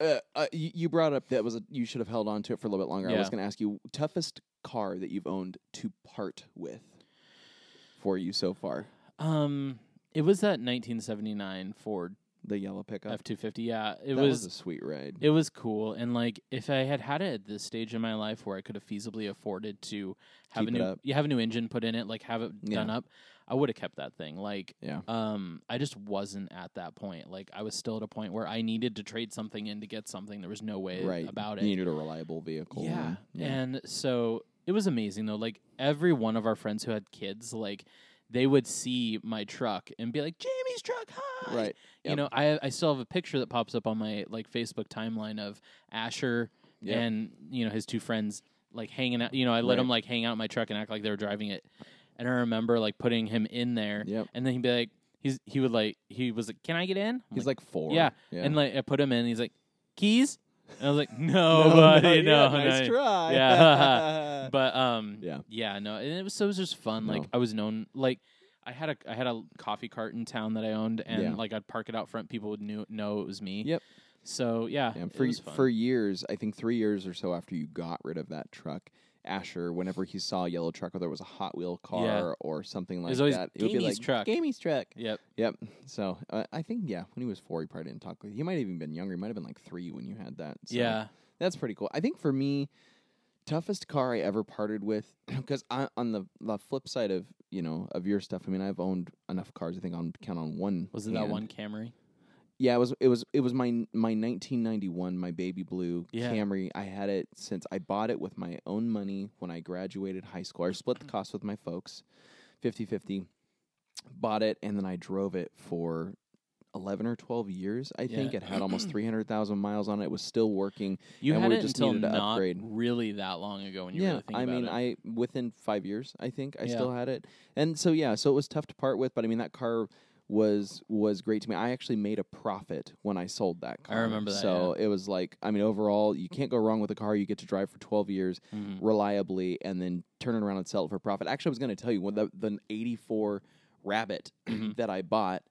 [SPEAKER 2] uh, uh, you, you brought up that was a, you should have held on to it for a little bit longer. I was
[SPEAKER 1] Yeah.
[SPEAKER 2] going to ask you toughest car that you've owned to part with for you so far.
[SPEAKER 1] Um, it was that 1979 Ford
[SPEAKER 2] The yellow pickup.
[SPEAKER 1] F two fifty. Yeah, it
[SPEAKER 2] that
[SPEAKER 1] was.
[SPEAKER 2] a sweet ride.
[SPEAKER 1] it was cool, and like if I had had it at this stage in my life where I could have feasibly afforded to have
[SPEAKER 2] Keep
[SPEAKER 1] a
[SPEAKER 2] it
[SPEAKER 1] new,
[SPEAKER 2] up.
[SPEAKER 1] you have a new engine put in it, like have it done
[SPEAKER 2] Yeah.
[SPEAKER 1] up, I would have kept that thing. Like,
[SPEAKER 2] yeah.
[SPEAKER 1] um, I just wasn't at that point. Like, I was still at a point where I needed to trade something in to get something. There was no way
[SPEAKER 2] Right.
[SPEAKER 1] about it.
[SPEAKER 2] You needed a reliable vehicle.
[SPEAKER 1] Yeah.
[SPEAKER 2] and- yeah.
[SPEAKER 1] And so it was amazing though. Like every one of our friends who had kids, like they would see my truck and be like, Jamie's truck, hi.
[SPEAKER 2] Right.
[SPEAKER 1] You
[SPEAKER 2] Yep.
[SPEAKER 1] know, I I still have a picture that pops up on my like Facebook timeline of Asher
[SPEAKER 2] Yep.
[SPEAKER 1] and you know his two friends like hanging out. You know, I let
[SPEAKER 2] Right.
[SPEAKER 1] them like hang out in my truck and act like they were driving it. And I remember like putting him in there,
[SPEAKER 2] Yep.
[SPEAKER 1] and then he'd be like, he's he would like he was like, can I get in? I'm
[SPEAKER 2] He's like four.
[SPEAKER 1] yeah.
[SPEAKER 2] yeah.
[SPEAKER 1] and like I put him in. And he's like, keys. And I was like, no,
[SPEAKER 2] No,
[SPEAKER 1] buddy, no,
[SPEAKER 2] not yet. Oh, nice
[SPEAKER 1] no."
[SPEAKER 2] try.
[SPEAKER 1] Yeah. But um,
[SPEAKER 2] Yeah.
[SPEAKER 1] no, and it was so it was just fun. Like
[SPEAKER 2] No.
[SPEAKER 1] I was known like. I had a I had a coffee cart in town that I owned, and
[SPEAKER 2] Yeah.
[SPEAKER 1] like I'd park it out front. People would knew, know it was me.
[SPEAKER 2] Yep.
[SPEAKER 1] So yeah,
[SPEAKER 2] Yeah,
[SPEAKER 1] it
[SPEAKER 2] for
[SPEAKER 1] was fun.
[SPEAKER 2] for years, I think three years or so after you got rid of that truck, Asher, whenever he saw a yellow truck, whether it was a Hot Wheel car
[SPEAKER 1] Yeah.
[SPEAKER 2] or something like
[SPEAKER 1] was always
[SPEAKER 2] that, it would be
[SPEAKER 1] Gamey's
[SPEAKER 2] like
[SPEAKER 1] truck.
[SPEAKER 2] Gamey's truck.
[SPEAKER 1] yep.
[SPEAKER 2] Yep. So uh, I think yeah, when he was four, he probably didn't talk. With He might have even been younger. He might have been like three when you had that. So
[SPEAKER 1] yeah.
[SPEAKER 2] that's pretty cool. I think for me, toughest car I ever parted with, because on the, the flip side of you know of your stuff, I mean, I've owned enough cars. I think on count on one.
[SPEAKER 1] Was it that
[SPEAKER 2] hand.
[SPEAKER 1] one Camry?
[SPEAKER 2] Yeah, it was it was it was my my 1991 my baby blue
[SPEAKER 1] Yeah.
[SPEAKER 2] Camry. I had it since I bought it with my own money when I graduated high school. I split the
[SPEAKER 1] Mm.
[SPEAKER 2] cost with my folks, 50-50. Bought it and then I drove it for 11 or 12 years, I think.
[SPEAKER 1] Yeah.
[SPEAKER 2] It had almost 300,000 miles on it. It was still working.
[SPEAKER 1] You
[SPEAKER 2] And
[SPEAKER 1] had
[SPEAKER 2] we
[SPEAKER 1] it
[SPEAKER 2] just
[SPEAKER 1] until
[SPEAKER 2] needed to
[SPEAKER 1] not
[SPEAKER 2] upgrade.
[SPEAKER 1] really that long ago when you
[SPEAKER 2] yeah,
[SPEAKER 1] really think
[SPEAKER 2] I
[SPEAKER 1] about
[SPEAKER 2] mean,
[SPEAKER 1] it.
[SPEAKER 2] I within 5 years, I think, I
[SPEAKER 1] Yeah.
[SPEAKER 2] still had it. And so yeah, so it was tough to part with, but I mean that car was was great to me. I actually made a profit when I sold that car.
[SPEAKER 1] remember that,
[SPEAKER 2] So it was like, I mean, overall, you can't go wrong with a car you get to drive for 12 years
[SPEAKER 1] Mhm.
[SPEAKER 2] reliably, and then turn it around and sell it for profit. Actually, I was going to tell you when the the '84 Rabbit
[SPEAKER 1] Mhm.
[SPEAKER 2] that I bought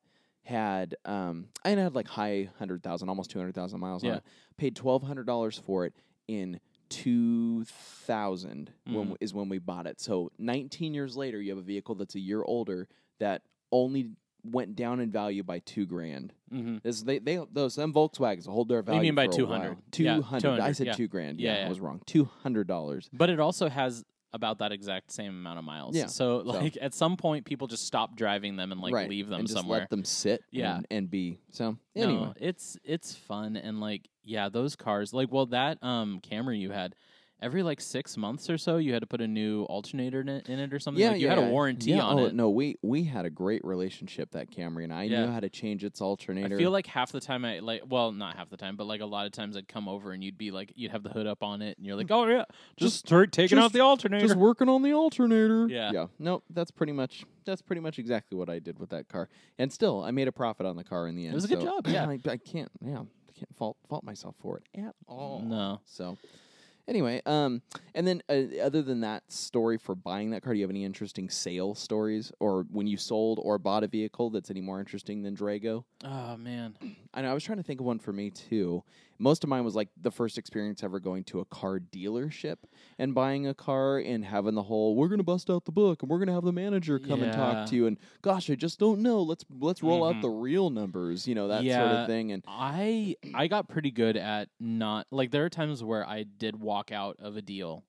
[SPEAKER 2] had um I had like high hundred thousand, almost two hundred thousand miles
[SPEAKER 1] Yeah.
[SPEAKER 2] on it. Paid twelve hundred dollars for it in. 2000
[SPEAKER 1] Mm-hmm.
[SPEAKER 2] when, is when we bought it. So 19 years later, you have a vehicle that's a year older that only went down in value by two grand.
[SPEAKER 1] Mhm.
[SPEAKER 2] This they they those them Volkswagens hold their
[SPEAKER 1] do you
[SPEAKER 2] value.
[SPEAKER 1] mean by
[SPEAKER 2] two hundred?
[SPEAKER 1] 200? Yeah,
[SPEAKER 2] Two hundred. I
[SPEAKER 1] 200,
[SPEAKER 2] said
[SPEAKER 1] yeah.
[SPEAKER 2] two grand.
[SPEAKER 1] Yeah,
[SPEAKER 2] Yeah, I
[SPEAKER 1] yeah.
[SPEAKER 2] was wrong. Two hundred dollars.
[SPEAKER 1] But it also has about that exact same amount of miles.
[SPEAKER 2] Yeah,
[SPEAKER 1] So like at some point people just stop driving them and like
[SPEAKER 2] right.
[SPEAKER 1] leave them
[SPEAKER 2] and just
[SPEAKER 1] somewhere.
[SPEAKER 2] Let them sit.
[SPEAKER 1] Yeah.
[SPEAKER 2] and, and be. So anyway,
[SPEAKER 1] No, it's it's fun and like yeah, those cars like well that um Camry you had every like 6 months or so you had to put a new alternator in it, in it or something Um, like you had a warranty
[SPEAKER 2] yeah.
[SPEAKER 1] on
[SPEAKER 2] oh,
[SPEAKER 1] it.
[SPEAKER 2] No, we we had a great relationship that Camry and I
[SPEAKER 1] Yeah.
[SPEAKER 2] knew how to change its
[SPEAKER 1] I
[SPEAKER 2] alternator.
[SPEAKER 1] feel like half the time I like well not half the time but like a lot of times I'd come over and you'd be like you'd have the hood up on it and you're like oh yeah just,
[SPEAKER 2] Mm. Just-
[SPEAKER 1] start taking out
[SPEAKER 2] just-
[SPEAKER 1] the alternator
[SPEAKER 2] just working on the alternator.
[SPEAKER 1] Yeah.
[SPEAKER 2] yeah. No, that's pretty much that's pretty much exactly what I did with that car. And still, I made a profit on the car in the end.
[SPEAKER 1] was a good
[SPEAKER 2] so
[SPEAKER 1] job, yeah.
[SPEAKER 2] I, I can't. Yeah, I can't fault fault myself for it at all.
[SPEAKER 1] No.
[SPEAKER 2] So, anyway, um, and then uh, other than that story for buying that car, do you have any interesting sale stories, or when you sold or bought a vehicle that's any more interesting than Drago?
[SPEAKER 1] Oh man.
[SPEAKER 2] I know I was trying to think of one for me too. Most of mine was like the first experience ever going to a car dealership and buying a car and having the whole "we're going to bust out the book and we're going to have the manager come and
[SPEAKER 1] Yeah.
[SPEAKER 2] talk to you" and gosh, I just don't know. Let's let's roll
[SPEAKER 1] Mhm.
[SPEAKER 2] out the real numbers, you know that sort
[SPEAKER 1] Yeah.
[SPEAKER 2] of thing. And
[SPEAKER 1] I I got pretty good at not like there are times where I did walk out of a deal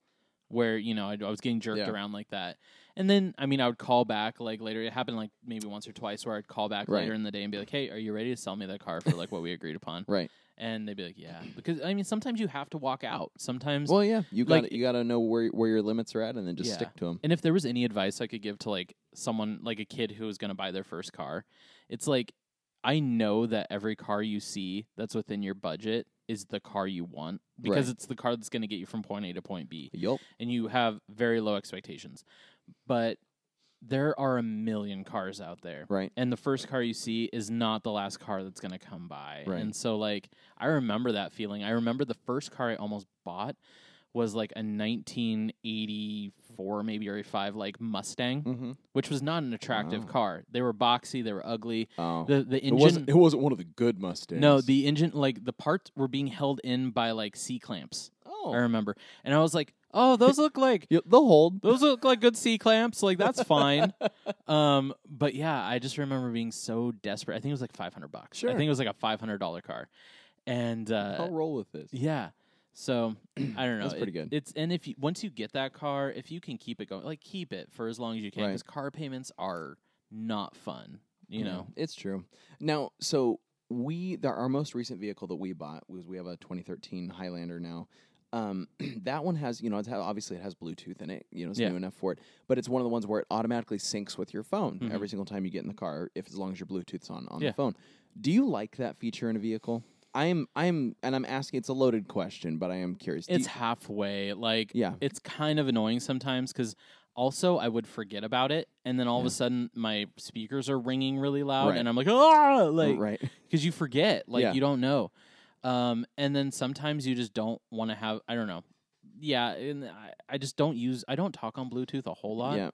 [SPEAKER 1] where you know I, I was getting jerked
[SPEAKER 2] Yeah.
[SPEAKER 1] around like that, and then I mean I would call back like later. It happened like maybe once or twice where I'd call back
[SPEAKER 2] Right.
[SPEAKER 1] later in the day and be like, "Hey, are you ready to sell me that car for like what we agreed upon?"
[SPEAKER 2] right,
[SPEAKER 1] And they'd be like, "Yeah," because I mean sometimes you have to walk out. Sometimes
[SPEAKER 2] well, yeah, you got
[SPEAKER 1] Like-
[SPEAKER 2] to you got to know where where your limits are at and then just
[SPEAKER 1] Yeah.
[SPEAKER 2] stick to them.
[SPEAKER 1] And if there was any advice I could give to like someone like a kid who is going to buy their first car, it's like I know that every car you see that's within your budget is the car you want because
[SPEAKER 2] Right.
[SPEAKER 1] it's the car that's going to get you from point A to point B
[SPEAKER 2] Yup.
[SPEAKER 1] and you have very low expectations. But there are a million cars out there.
[SPEAKER 2] Right.
[SPEAKER 1] And the first car you see is not the last car that's going to come by.
[SPEAKER 2] Right.
[SPEAKER 1] And so, like, I remember that feeling. I remember the first car I almost bought was like a 1984 four, maybe or a five, like Mustang,
[SPEAKER 2] Mm-hmm.
[SPEAKER 1] which was not an attractive
[SPEAKER 2] Wow.
[SPEAKER 1] car. They were boxy, they were ugly.
[SPEAKER 2] Oh,
[SPEAKER 1] The the
[SPEAKER 2] it
[SPEAKER 1] engine
[SPEAKER 2] wasn't. It wasn't one of the good Mustangs.
[SPEAKER 1] no, the engine like the parts were being held in by like C clamps.
[SPEAKER 2] oh,
[SPEAKER 1] I remember, and I was like, "Oh, those look like
[SPEAKER 2] Yeah, they'll hold.
[SPEAKER 1] those look like good C clamps. Like that's fine." um, but yeah, I just remember being so desperate. I think it was like five hundred bucks. I
[SPEAKER 2] Sure.
[SPEAKER 1] think it was like a five hundred dollar car, and uh,
[SPEAKER 2] I'll roll with this.
[SPEAKER 1] yeah. So I don't know.
[SPEAKER 2] That's pretty
[SPEAKER 1] It-
[SPEAKER 2] good.
[SPEAKER 1] It's and if you once you get that car, if you can keep it going, like keep it for as long as you can,
[SPEAKER 2] Right.
[SPEAKER 1] because car payments are not fun. You
[SPEAKER 2] Yeah,
[SPEAKER 1] know,
[SPEAKER 2] it's true. Now, so we the, our most recent vehicle that we bought was we have a 2013 Highlander now. Um, that one has you know it's ha- obviously it has Bluetooth in it. You know it's
[SPEAKER 1] Yeah.
[SPEAKER 2] new enough for it, but it's one of the ones where it automatically syncs with your phone
[SPEAKER 1] Mhm.
[SPEAKER 2] every single time you get in the car, if as long as your Bluetooth's on on
[SPEAKER 1] Yeah.
[SPEAKER 2] the phone. Do you like that feature in a vehicle? I am I am and I'm asking. It's a loaded question, but I am curious. Do
[SPEAKER 1] it's
[SPEAKER 2] you-
[SPEAKER 1] halfway. Like
[SPEAKER 2] yeah.
[SPEAKER 1] it's kind of annoying sometimes because also I would forget about it, and then all of
[SPEAKER 2] Yeah.
[SPEAKER 1] a sudden my speakers are ringing really loud,
[SPEAKER 2] Right.
[SPEAKER 1] and I'm like, ah, like
[SPEAKER 2] right.
[SPEAKER 1] because you forget, like
[SPEAKER 2] Yeah.
[SPEAKER 1] you don't know, um, and then sometimes you just don't want to have, I don't know, yeah, and I, I just don't use, I don't talk on Bluetooth a whole lot,
[SPEAKER 2] Yeah.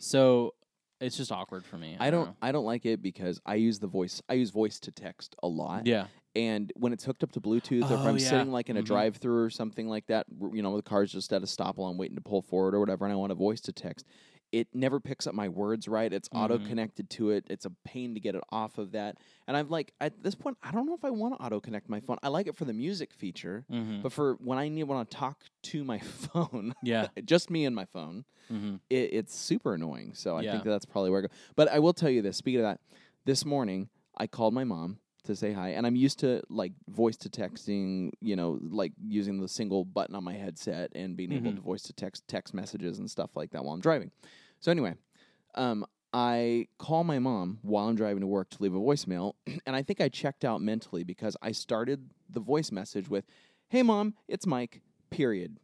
[SPEAKER 1] so it's just awkward for me.
[SPEAKER 2] I don't I don't like it because I use the voice I use voice to text a lot.
[SPEAKER 1] know. yeah,
[SPEAKER 2] and when it's hooked up to Bluetooth, or if
[SPEAKER 1] Oh,
[SPEAKER 2] I'm
[SPEAKER 1] yeah.
[SPEAKER 2] sitting like in a
[SPEAKER 1] Mhm.
[SPEAKER 2] drive-through or something like that, w- you know, the car's just at a stop while I'm waiting to pull forward or whatever, and I want a voice to text. It never picks up my words right. It's
[SPEAKER 1] Mhm.
[SPEAKER 2] auto connected to it. It's a pain to get it off of that. And I'm like, at this point, I don't know if I want to auto connect my phone. I like it for the music feature,
[SPEAKER 1] hmm
[SPEAKER 2] but for when I need want to talk to my phone,
[SPEAKER 1] yeah,
[SPEAKER 2] just me and my phone,
[SPEAKER 1] hmm
[SPEAKER 2] it, it's super annoying. So I
[SPEAKER 1] Yeah.
[SPEAKER 2] think that that's probably where I go. But I will tell you this. Speaking of that, this morning I called my mom to say hi, and I'm used to like voice to texting. You know, like using the single button on my headset and being able
[SPEAKER 1] Mhm.
[SPEAKER 2] to voice to text text messages and stuff like that while I'm driving. So anyway, um, I call my mom while I'm driving to work to leave a voicemail, and I think I checked out mentally because I started the voice message with, "Hey mom, it's Mike." Period.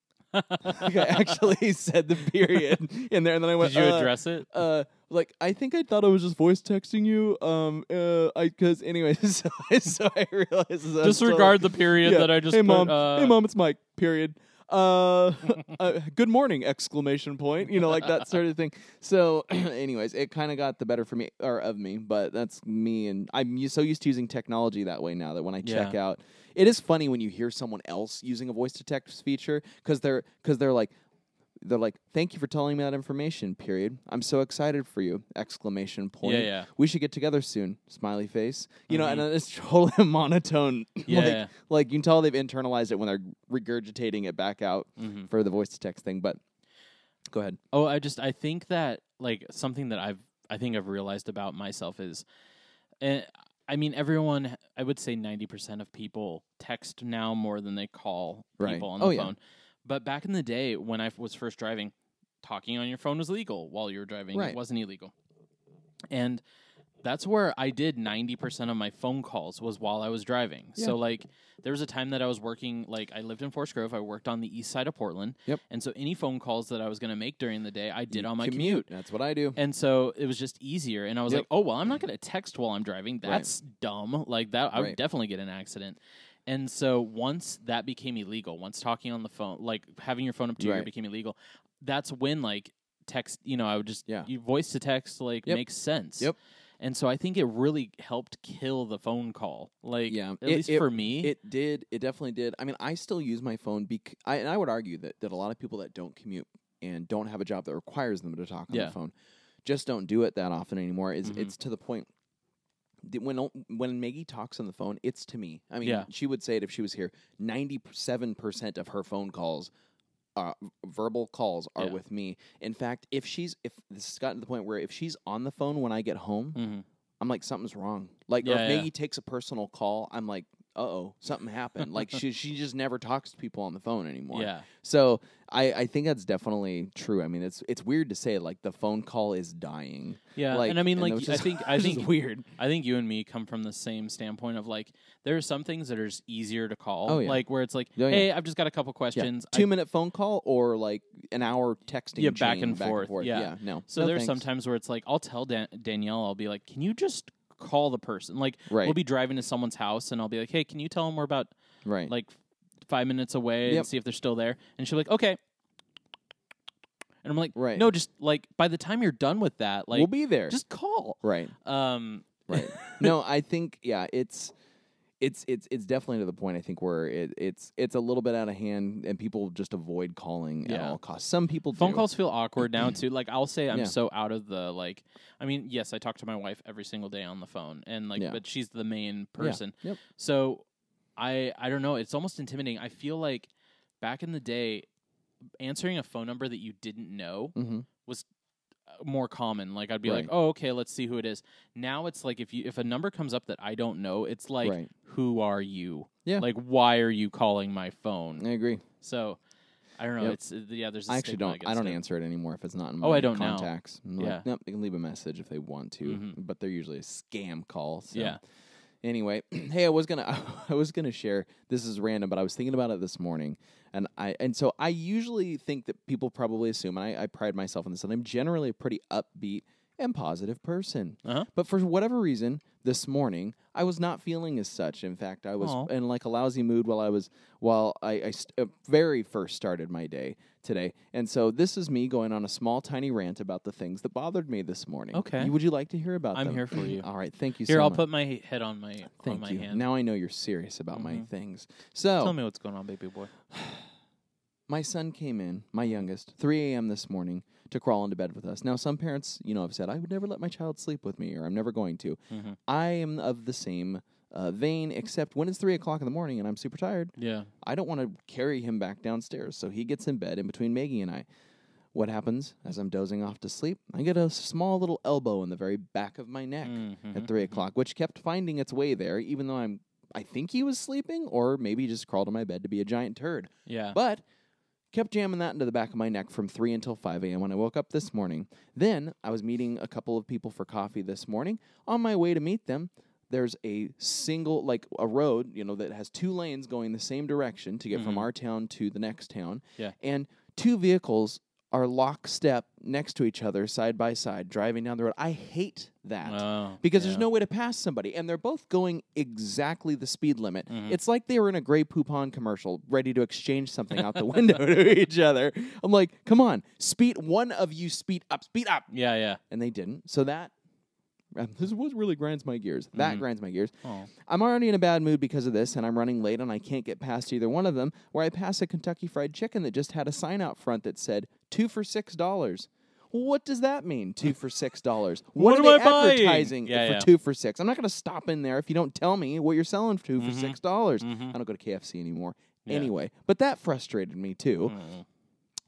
[SPEAKER 2] like I actually said the period in there, and then I went.
[SPEAKER 1] Did you
[SPEAKER 2] uh,
[SPEAKER 1] address it?
[SPEAKER 2] uh, like I think I thought I was just voice texting you. Um, uh, I because anyway, so, I- so I realized that I'm
[SPEAKER 1] Disregard
[SPEAKER 2] still,
[SPEAKER 1] the period
[SPEAKER 2] Yeah.
[SPEAKER 1] that I just
[SPEAKER 2] Hey
[SPEAKER 1] put.
[SPEAKER 2] mom,
[SPEAKER 1] uh,
[SPEAKER 2] hey mom, it's Mike. Period. Uh, uh, good morning! Exclamation point. You know, like that sort of thing. So, anyways, it kind of got the better for me or of me, but that's me, and I'm u- so used to using technology that way now that when I check out, it is funny when you hear someone else using a voice to text feature because they're because they're like they're like, "Thank you for telling me that information." Period. I'm so excited for you! Exclamation point.
[SPEAKER 1] Yeah, yeah.
[SPEAKER 2] We should get together soon. Smiley face. You know, and it's totally a monotone.
[SPEAKER 1] Yeah.
[SPEAKER 2] like, like you can tell they've internalized it when they're regurgitating it back out
[SPEAKER 1] Mhm.
[SPEAKER 2] for the voice to text thing. But go ahead.
[SPEAKER 1] Oh, I just I think that like something that I've I think I've realized about myself is, and I mean everyone I would say ninety percent of people text now more than they call
[SPEAKER 2] Right.
[SPEAKER 1] people on
[SPEAKER 2] Oh,
[SPEAKER 1] the
[SPEAKER 2] yeah.
[SPEAKER 1] phone. But back in the day when I f- was first driving, talking on your phone was legal while you were driving.
[SPEAKER 2] Right.
[SPEAKER 1] It wasn't illegal, and that's where I did ninety percent of my phone calls was while I was driving.
[SPEAKER 2] Yeah.
[SPEAKER 1] So like there was a time that I was working like I lived in Forest Grove. I worked on the east side of Portland.
[SPEAKER 2] Yep.
[SPEAKER 1] And so any phone calls that I was going to make during the day, I did on my commute.
[SPEAKER 2] commute. That's what I do.
[SPEAKER 1] And so it was just easier. And I was
[SPEAKER 2] Yep.
[SPEAKER 1] like, oh, well, I'm not going to text while I'm driving.
[SPEAKER 2] Right.
[SPEAKER 1] That's dumb. Like that, I would
[SPEAKER 2] Right.
[SPEAKER 1] definitely get in an accident. And so once that became illegal, once talking on the phone, like having your phone up to your ear
[SPEAKER 2] Right.
[SPEAKER 1] became illegal, that's when like text, you know, I would just,
[SPEAKER 2] Yeah.
[SPEAKER 1] you voice to text like
[SPEAKER 2] Yep.
[SPEAKER 1] makes sense.
[SPEAKER 2] Yep.
[SPEAKER 1] And so I think it really helped kill the phone call. Like,
[SPEAKER 2] Yeah.
[SPEAKER 1] at
[SPEAKER 2] It-
[SPEAKER 1] least
[SPEAKER 2] it-
[SPEAKER 1] for me.
[SPEAKER 2] It did. It definitely did. I mean, I still use my phone. Bec- I, and I would argue that, that a lot of people that don't commute and don't have a job that requires them to talk on
[SPEAKER 1] Yeah.
[SPEAKER 2] the phone just don't do it that often anymore. It's,
[SPEAKER 1] Mhm.
[SPEAKER 2] it's to the point that when o- when Maggie talks on the phone, it's to me. I mean,
[SPEAKER 1] Yeah.
[SPEAKER 2] she would say it if she was here. Ninety seven percent of her phone calls. Uh, verbal calls are
[SPEAKER 1] Yeah.
[SPEAKER 2] with me. In fact, if she's if this has gotten to the point where if she's on the phone when I get home,
[SPEAKER 1] Mhm.
[SPEAKER 2] I'm like something's wrong. Like or
[SPEAKER 1] Yeah,
[SPEAKER 2] if
[SPEAKER 1] yeah.
[SPEAKER 2] Maggie takes a personal call, I'm like, uh oh, something happened. like she she just never talks to people on the phone anymore.
[SPEAKER 1] Yeah.
[SPEAKER 2] So I I think that's definitely true. I mean, it's it's weird to say like the phone call is dying.
[SPEAKER 1] Yeah,
[SPEAKER 2] Like,
[SPEAKER 1] and I mean,
[SPEAKER 2] and
[SPEAKER 1] like,
[SPEAKER 2] which
[SPEAKER 1] y- I
[SPEAKER 2] is-
[SPEAKER 1] think, I
[SPEAKER 2] which is
[SPEAKER 1] think,
[SPEAKER 2] weird.
[SPEAKER 1] I think you and me come from the same standpoint of like, there are some things that are just easier to call,
[SPEAKER 2] Oh, yeah.
[SPEAKER 1] like where it's like,
[SPEAKER 2] Oh, yeah.
[SPEAKER 1] hey, I've just got a couple
[SPEAKER 2] Yeah.
[SPEAKER 1] questions. I-
[SPEAKER 2] Two minute phone call or like an hour texting.
[SPEAKER 1] Yeah, back
[SPEAKER 2] chain,
[SPEAKER 1] and forth, yeah.
[SPEAKER 2] no.
[SPEAKER 1] so
[SPEAKER 2] no
[SPEAKER 1] there's
[SPEAKER 2] thanks.
[SPEAKER 1] sometimes where it's like, I'll tell Dan- Danielle, I'll be like, can you just call the person? Like,
[SPEAKER 2] right,
[SPEAKER 1] we'll be driving to someone's house, and I'll be like, hey, can you tell them we're about
[SPEAKER 2] right.
[SPEAKER 1] like five minutes away
[SPEAKER 2] Yep.
[SPEAKER 1] and see if they're still there? And she'll be like, okay. And I'm like,
[SPEAKER 2] Right.
[SPEAKER 1] no, just like by the time you're done with that, like
[SPEAKER 2] we'll be there.
[SPEAKER 1] just call.
[SPEAKER 2] right.
[SPEAKER 1] Um,
[SPEAKER 2] Right. no, I think yeah, it's it's it's it's definitely to the point I think where it, it's it's a little bit out of hand and people just avoid calling at
[SPEAKER 1] Yeah.
[SPEAKER 2] all costs. Some people
[SPEAKER 1] phone
[SPEAKER 2] do.
[SPEAKER 1] calls feel awkward now too. Like I'll say I'm
[SPEAKER 2] Yeah.
[SPEAKER 1] so out of the like. I mean, yes, I talk to my wife every single day on the phone, and like,
[SPEAKER 2] Yeah.
[SPEAKER 1] but she's the main person.
[SPEAKER 2] Yep.
[SPEAKER 1] So I I don't know. It's almost intimidating. I feel like back in the day, answering a phone number that you didn't know
[SPEAKER 2] Mhm.
[SPEAKER 1] uh, more common. Like I'd be like,
[SPEAKER 2] Right.
[SPEAKER 1] oh okay, let's see who it is. Now it's like if you if a number comes up that I don't know, it's like
[SPEAKER 2] Right.
[SPEAKER 1] who are you?
[SPEAKER 2] Yeah.
[SPEAKER 1] Like why are you calling my phone?
[SPEAKER 2] I agree.
[SPEAKER 1] So. I don't know.
[SPEAKER 2] Yep.
[SPEAKER 1] It's uh, yeah. There's. a
[SPEAKER 2] I actually
[SPEAKER 1] stigma
[SPEAKER 2] don't. I don't
[SPEAKER 1] against it.
[SPEAKER 2] answer it anymore if it's not in my
[SPEAKER 1] Oh, I don't now.
[SPEAKER 2] contacts. I'm like,
[SPEAKER 1] Yeah.
[SPEAKER 2] nope, they can leave a message if they want to,
[SPEAKER 1] Mhm.
[SPEAKER 2] but they're usually a scam call. So.
[SPEAKER 1] Yeah.
[SPEAKER 2] Anyway, hey, I was gonna, I was gonna share. This is random, but I was thinking about it this morning, and I, and so I usually think that people probably assume, and I, I pride myself on this, that I'm generally a pretty upbeat and positive person.
[SPEAKER 1] Uh-huh.
[SPEAKER 2] But for whatever reason, this morning I was not feeling as such. In fact, I was
[SPEAKER 1] Aw.
[SPEAKER 2] in like a lousy mood while I was while I, I st- uh, very first started my day today. And so this is me going on a small tiny rant about the things that bothered me this morning.
[SPEAKER 1] Okay.
[SPEAKER 2] You- would you like to hear about
[SPEAKER 1] I'm
[SPEAKER 2] them?
[SPEAKER 1] here for you.
[SPEAKER 2] All right, thank you
[SPEAKER 1] Here,
[SPEAKER 2] so
[SPEAKER 1] I'll
[SPEAKER 2] much.
[SPEAKER 1] put my head on my
[SPEAKER 2] thank
[SPEAKER 1] on my
[SPEAKER 2] you.
[SPEAKER 1] hand.
[SPEAKER 2] Now I know you're serious about my
[SPEAKER 1] Mhm.
[SPEAKER 2] things.
[SPEAKER 1] Tell
[SPEAKER 2] So,
[SPEAKER 1] me what's going on, baby boy.
[SPEAKER 2] my son came in, my youngest, 3 a.m. this morning to crawl into bed with us. Now, some parents, you know, have said, I would never let my child sleep with me, or I'm never going to.
[SPEAKER 1] Mhm.
[SPEAKER 2] I am of the same uh, vein, except when it's 3 o'clock in the morning and I'm super tired,
[SPEAKER 1] Yeah.
[SPEAKER 2] I don't want to carry him back downstairs. So he gets in bed in between Maggie and I. What happens as I'm dozing off to sleep? I get a small little elbow in the very back of my neck
[SPEAKER 1] Mm-hmm.
[SPEAKER 2] at three o'clock, which kept finding its way there, even though I'm I think he was sleeping, or maybe just crawled on my bed to be a giant turd.
[SPEAKER 1] Yeah.
[SPEAKER 2] But kept jamming that into the back of my neck from 3 until 5 a.m. when I woke up this morning. Then I was meeting a couple of people for coffee this morning. On my way to meet them, there's a single, like a road, you know, that has two lanes going the same direction to get from
[SPEAKER 1] Mhm.
[SPEAKER 2] our town to the next town.
[SPEAKER 1] Yeah.
[SPEAKER 2] And two vehicles are lockstep next to each other, side by side, driving down the road. I hate that
[SPEAKER 1] Oh,
[SPEAKER 2] because
[SPEAKER 1] yeah.
[SPEAKER 2] there's no way to pass somebody, and they're both going exactly the speed limit.
[SPEAKER 1] Mhm.
[SPEAKER 2] It's like they were in a Grey Poupon commercial, ready to exchange something out the window to each other. I'm like, come on, speed one of you, speed up, speed up,
[SPEAKER 1] Yeah. Yeah.
[SPEAKER 2] and they didn't. So that this was really grinds my gears. That
[SPEAKER 1] Mhm.
[SPEAKER 2] grinds my gears.
[SPEAKER 1] Oh.
[SPEAKER 2] I'm already in a bad mood because of this, and I'm running late, and I can't get past either one of them. Where I pass a Kentucky Fried Chicken that just had a sign out front that said two for six dollars. What does that mean? Two for six dollars.
[SPEAKER 1] What
[SPEAKER 2] are
[SPEAKER 1] am
[SPEAKER 2] they
[SPEAKER 1] I buying?
[SPEAKER 2] advertising
[SPEAKER 1] Yeah,
[SPEAKER 2] for
[SPEAKER 1] yeah.
[SPEAKER 2] two for six? I'm not going to stop in there if you don't tell me what you're selling for 2 for
[SPEAKER 1] Mhm.
[SPEAKER 2] six dollars.
[SPEAKER 1] Mhm.
[SPEAKER 2] I don't go to KFC anymore.
[SPEAKER 1] Yeah.
[SPEAKER 2] Anyway, but that frustrated me too.
[SPEAKER 1] Mm.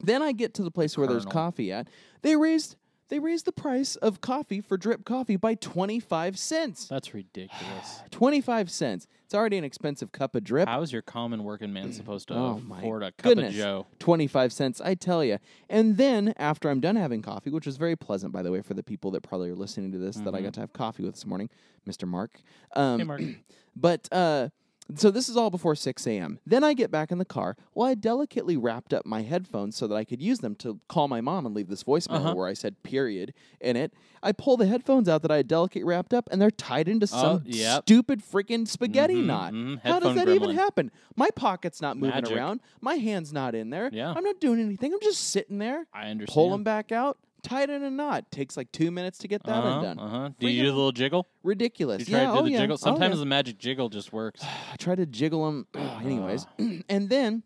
[SPEAKER 2] Then I get to the place where there's
[SPEAKER 1] Colonel.
[SPEAKER 2] coffee at. They raised they raised the price of coffee for drip coffee by 25 cents.
[SPEAKER 1] That's ridiculous.
[SPEAKER 2] 25 cents. It's already an expensive cup of drip.
[SPEAKER 1] How is your common working man supposed to
[SPEAKER 2] Oh, my
[SPEAKER 1] afford a cup
[SPEAKER 2] goodness. Um,
[SPEAKER 1] of Joe?
[SPEAKER 2] 25 cents, I tell you. And then after I'm done having coffee, which was very pleasant by the way for the people that probably are listening to this that I got to have coffee with this morning, Mr. Mark. Um
[SPEAKER 1] Mm-hmm. Hey, Mark.
[SPEAKER 2] But uh, so this is all before 6 a.m. Then I get back in the car. Well, I delicately wrapped up my headphones so that I could use them to call my mom and leave this voicemail
[SPEAKER 1] Uh-huh.
[SPEAKER 2] where I said period in it. I pull the headphones out that I had delicately wrapped up and they're tied into some
[SPEAKER 1] Oh, yep.
[SPEAKER 2] stupid freaking spaghetti
[SPEAKER 1] Mhm,
[SPEAKER 2] knot.
[SPEAKER 1] mhm.
[SPEAKER 2] How
[SPEAKER 1] Headphone
[SPEAKER 2] does that even
[SPEAKER 1] gremlin.
[SPEAKER 2] happen? My pocket's not moving
[SPEAKER 1] Magic.
[SPEAKER 2] around. My hand's not in there.
[SPEAKER 1] Yeah.
[SPEAKER 2] I'm not doing anything. I'm just sitting there.
[SPEAKER 1] I understand.
[SPEAKER 2] Pull them back out, tied in a knot. Takes like two minutes to get that
[SPEAKER 1] uh-huh,
[SPEAKER 2] undone.
[SPEAKER 1] Uh-huh. Did you do the
[SPEAKER 2] Freaking-
[SPEAKER 1] little jiggle?
[SPEAKER 2] Ridiculous.
[SPEAKER 1] Did you try
[SPEAKER 2] yeah,
[SPEAKER 1] to do
[SPEAKER 2] oh
[SPEAKER 1] the
[SPEAKER 2] yeah.
[SPEAKER 1] jiggle?
[SPEAKER 2] oh
[SPEAKER 1] Sometimes
[SPEAKER 2] yeah.
[SPEAKER 1] the magic jiggle just works.
[SPEAKER 2] I try to jiggle them.
[SPEAKER 1] Uh,
[SPEAKER 2] anyways, and then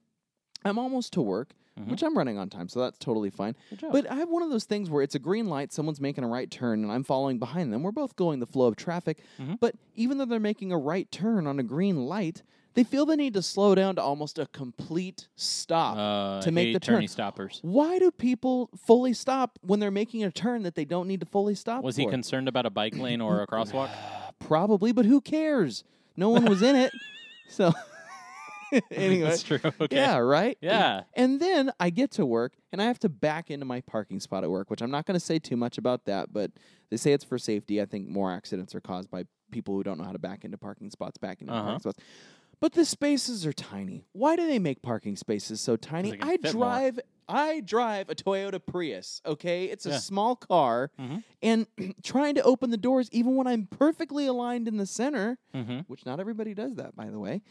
[SPEAKER 2] I'm almost to work, which I'm running on time, so that's totally fine.
[SPEAKER 1] Mm-hmm. job.
[SPEAKER 2] But I have one of those things where it's a green light, someone's making a right turn, and I'm following behind them. We're both going the flow of traffic,
[SPEAKER 1] Mm-hmm.
[SPEAKER 2] but even though they're making a right turn on a green light, they feel the need to slow down to almost a complete stop
[SPEAKER 1] Uh,
[SPEAKER 2] to make
[SPEAKER 1] hey,
[SPEAKER 2] the turn.
[SPEAKER 1] turny stoppers.
[SPEAKER 2] Why do people fully stop when they're making a turn that they don't need to fully stop?
[SPEAKER 1] Was
[SPEAKER 2] for?
[SPEAKER 1] he concerned about a bike lane or a crosswalk?
[SPEAKER 2] Probably, but who cares? No one was in it. So anyway.
[SPEAKER 1] That's true. Okay.
[SPEAKER 2] Yeah, right?
[SPEAKER 1] Yeah.
[SPEAKER 2] And then I get to work and I have to back into my parking spot at work, which I'm not going to say too much about that, but they say it's for safety. I think more accidents are caused by people who don't know how to back into parking spots, back into
[SPEAKER 1] Uh-huh.
[SPEAKER 2] parking spots. But the spaces are tiny. Why do they make parking spaces so tiny?
[SPEAKER 1] they can
[SPEAKER 2] I
[SPEAKER 1] fit more.
[SPEAKER 2] drive I drive a Toyota Prius, okay? It's a
[SPEAKER 1] Yeah.
[SPEAKER 2] small car
[SPEAKER 1] Mhm.
[SPEAKER 2] and trying to open the doors even when I'm perfectly aligned in the center
[SPEAKER 1] Mm-hmm.
[SPEAKER 2] which not everybody does that, by the way.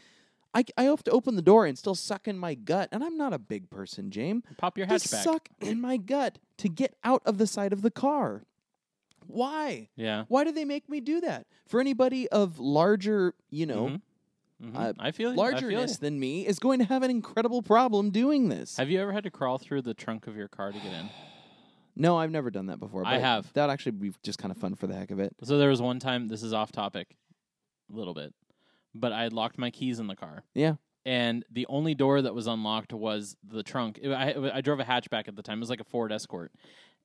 [SPEAKER 2] I, I have to open the door and still suck in my gut, and I'm not a big person, James.
[SPEAKER 1] Pop your
[SPEAKER 2] Just
[SPEAKER 1] hatchback.
[SPEAKER 2] suck in my gut to get out of the side of the car. Why?
[SPEAKER 1] Yeah.
[SPEAKER 2] Why do they make me do that? For anybody of larger, you know,
[SPEAKER 1] Mhm. Mhm.
[SPEAKER 2] Uh,
[SPEAKER 1] I feel you. I feel you.
[SPEAKER 2] largerness than me is going to have an incredible problem doing this.
[SPEAKER 1] Have you ever had to crawl through the trunk of your car to get in?
[SPEAKER 2] no, I've never done that before.
[SPEAKER 1] I
[SPEAKER 2] but
[SPEAKER 1] have.
[SPEAKER 2] That'd actually be just kind of fun for the heck of it.
[SPEAKER 1] So there was one time. This is off topic, a little bit, but I had locked my keys in the car.
[SPEAKER 2] Yeah.
[SPEAKER 1] And the only door that was unlocked was the trunk. It- I, I drove a hatchback at the time. It was like a Ford Escort,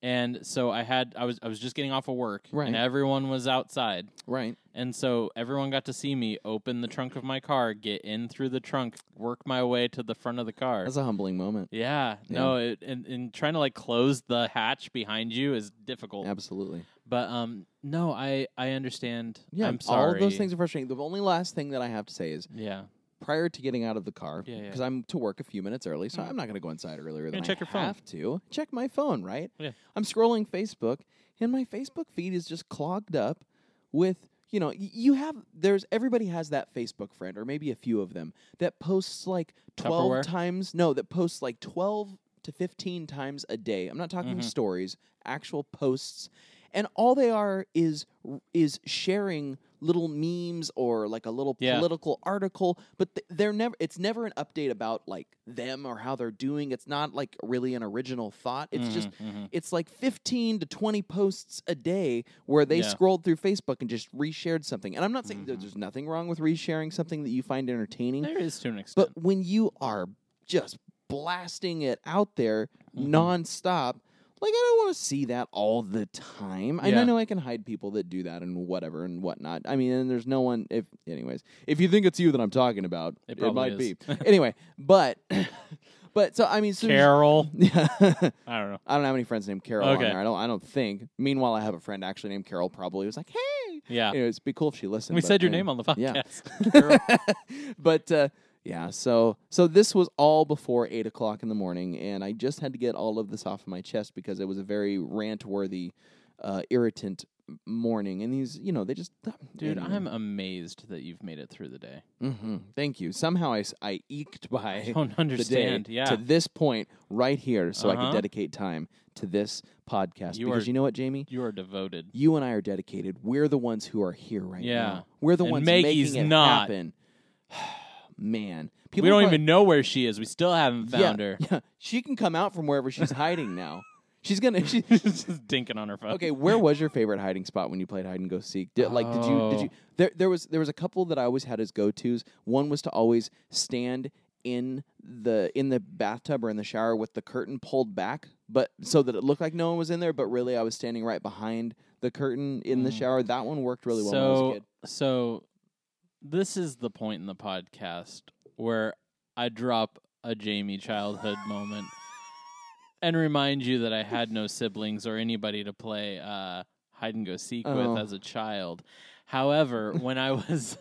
[SPEAKER 1] and so I had I was I was just getting off of work,
[SPEAKER 2] Right.
[SPEAKER 1] and everyone was outside,
[SPEAKER 2] Right.
[SPEAKER 1] and so everyone got to see me open the trunk of my car, get in through the trunk, work my way to the front of the car.
[SPEAKER 2] That's a humbling moment.
[SPEAKER 1] yeah, no, it, and, and trying to like close the hatch behind you is difficult.
[SPEAKER 2] Absolutely.
[SPEAKER 1] But um, no, I I understand.
[SPEAKER 2] Yeah.
[SPEAKER 1] I'm sorry.
[SPEAKER 2] All those things are frustrating. The only last thing that I have to say is
[SPEAKER 1] Yeah,
[SPEAKER 2] prior to getting out of the car,
[SPEAKER 1] Yeah, yeah.
[SPEAKER 2] because I'm to work a few minutes early, so I'm not going to go inside earlier than
[SPEAKER 1] check
[SPEAKER 2] I
[SPEAKER 1] your phone.
[SPEAKER 2] have to. Check my phone, right?
[SPEAKER 1] Yeah.
[SPEAKER 2] I'm scrolling Facebook, and my Facebook feed is just clogged up with you know y- you have there's everybody has that Facebook friend or maybe a few of them that posts like 12
[SPEAKER 1] Tupperware?
[SPEAKER 2] times no that posts like 12 to 15 times a day. I'm not talking
[SPEAKER 1] Mhm.
[SPEAKER 2] stories, actual posts and all they are is is sharing little memes or like a little
[SPEAKER 1] Yeah.
[SPEAKER 2] political article but th- they're never it's never an update about like them or how they're doing it's not like really an original thought it's just
[SPEAKER 1] Mhm, mhm.
[SPEAKER 2] it's like 15 to 20 posts a day where they
[SPEAKER 1] Yeah.
[SPEAKER 2] scrolled through facebook and just reshared something and i'm not saying that
[SPEAKER 1] Mhm.
[SPEAKER 2] there's nothing wrong with resharing something that you find entertaining
[SPEAKER 1] there is to an extent.
[SPEAKER 2] but when you are just blasting it out there
[SPEAKER 1] Mhm.
[SPEAKER 2] nonstop, like I don't want to see that all the time. And I
[SPEAKER 1] Yeah.
[SPEAKER 2] know I can hide people that do that and whatever and whatnot. I mean, and there's no one. If anyways, if you think it's you that I'm talking about,
[SPEAKER 1] It
[SPEAKER 2] it,
[SPEAKER 1] probably
[SPEAKER 2] might
[SPEAKER 1] is.
[SPEAKER 2] be. anyway, but but so I mean, so
[SPEAKER 1] Carol,
[SPEAKER 2] Yeah, I
[SPEAKER 1] I don't know.
[SPEAKER 2] don't have any friends named Carol on
[SPEAKER 1] Okay.
[SPEAKER 2] there. I don't. I don't think. Meanwhile, I have a friend actually named Carol. Probably who's like, hey.
[SPEAKER 1] Yeah,
[SPEAKER 2] Anyways, it'd be cool if she listened.
[SPEAKER 1] we
[SPEAKER 2] but
[SPEAKER 1] said your
[SPEAKER 2] anyway.
[SPEAKER 1] name on the
[SPEAKER 2] yeah.
[SPEAKER 1] podcast.
[SPEAKER 2] but uh, yeah, so so this was all before eight o'clock in the morning, and I just had to get all of this off my chest because it was a very rant worthy, uh, irritant m- morning. And these, you know, they just ah,
[SPEAKER 1] Dude, I'm amazed that you've made it through the day.
[SPEAKER 2] hmm Thank you. Somehow I s- I eked
[SPEAKER 1] I
[SPEAKER 2] by
[SPEAKER 1] don't
[SPEAKER 2] the day
[SPEAKER 1] understand. Yeah,
[SPEAKER 2] to this point right here, so I
[SPEAKER 1] Uh-huh.
[SPEAKER 2] could dedicate time to this podcast
[SPEAKER 1] You
[SPEAKER 2] because
[SPEAKER 1] are-
[SPEAKER 2] you know what, Jamie.
[SPEAKER 1] you are devoted.
[SPEAKER 2] You and I are dedicated. We're the ones who are here right
[SPEAKER 1] Yeah.
[SPEAKER 2] now. We're the
[SPEAKER 1] And
[SPEAKER 2] ones
[SPEAKER 1] Maggie's
[SPEAKER 2] making it
[SPEAKER 1] not.
[SPEAKER 2] happen. Man,
[SPEAKER 1] we don't
[SPEAKER 2] probably-
[SPEAKER 1] even know where she is. We still haven't found
[SPEAKER 2] yeah,
[SPEAKER 1] her.
[SPEAKER 2] Yeah. She can come out from wherever she's hiding now. She's gonna. She,
[SPEAKER 1] She's just dinking on her phone.
[SPEAKER 2] okay, where was your favorite hiding spot when you played hide and go seek? Did, Like, did you? Did
[SPEAKER 1] Oh.
[SPEAKER 2] you? There, there was there was a couple that I always had as go tos. One was to always stand in the in the bathtub or in the shower with the curtain pulled back, but so that it looked like no one was in there, but really I was standing right behind the curtain in the
[SPEAKER 1] Mm.
[SPEAKER 2] shower. That one worked really well when I was a
[SPEAKER 1] so
[SPEAKER 2] kid.
[SPEAKER 1] so this is the point in the podcast where I drop a Jamie childhood moment and remind you that I had no siblings or anybody to play uh, hide and go seek
[SPEAKER 2] Oh.
[SPEAKER 1] with as a child. However, when I was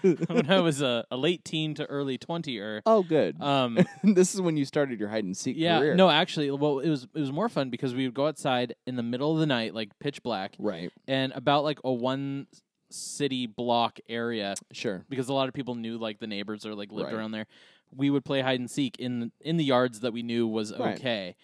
[SPEAKER 1] when I was a, a late teen to early twenty er,
[SPEAKER 2] Oh, good.
[SPEAKER 1] um,
[SPEAKER 2] this is when you started your hide and seek
[SPEAKER 1] yeah,
[SPEAKER 2] career.
[SPEAKER 1] no, actually, well, it was it was more fun because we would go outside in the middle of the night, like pitch black,
[SPEAKER 2] Right.
[SPEAKER 1] and about like a one city block area
[SPEAKER 2] Sure.
[SPEAKER 1] because a lot of people knew like the neighbors or like lived
[SPEAKER 2] Right.
[SPEAKER 1] around there. We would play hide and seek in in the yards that we knew was
[SPEAKER 2] Right.
[SPEAKER 1] okay,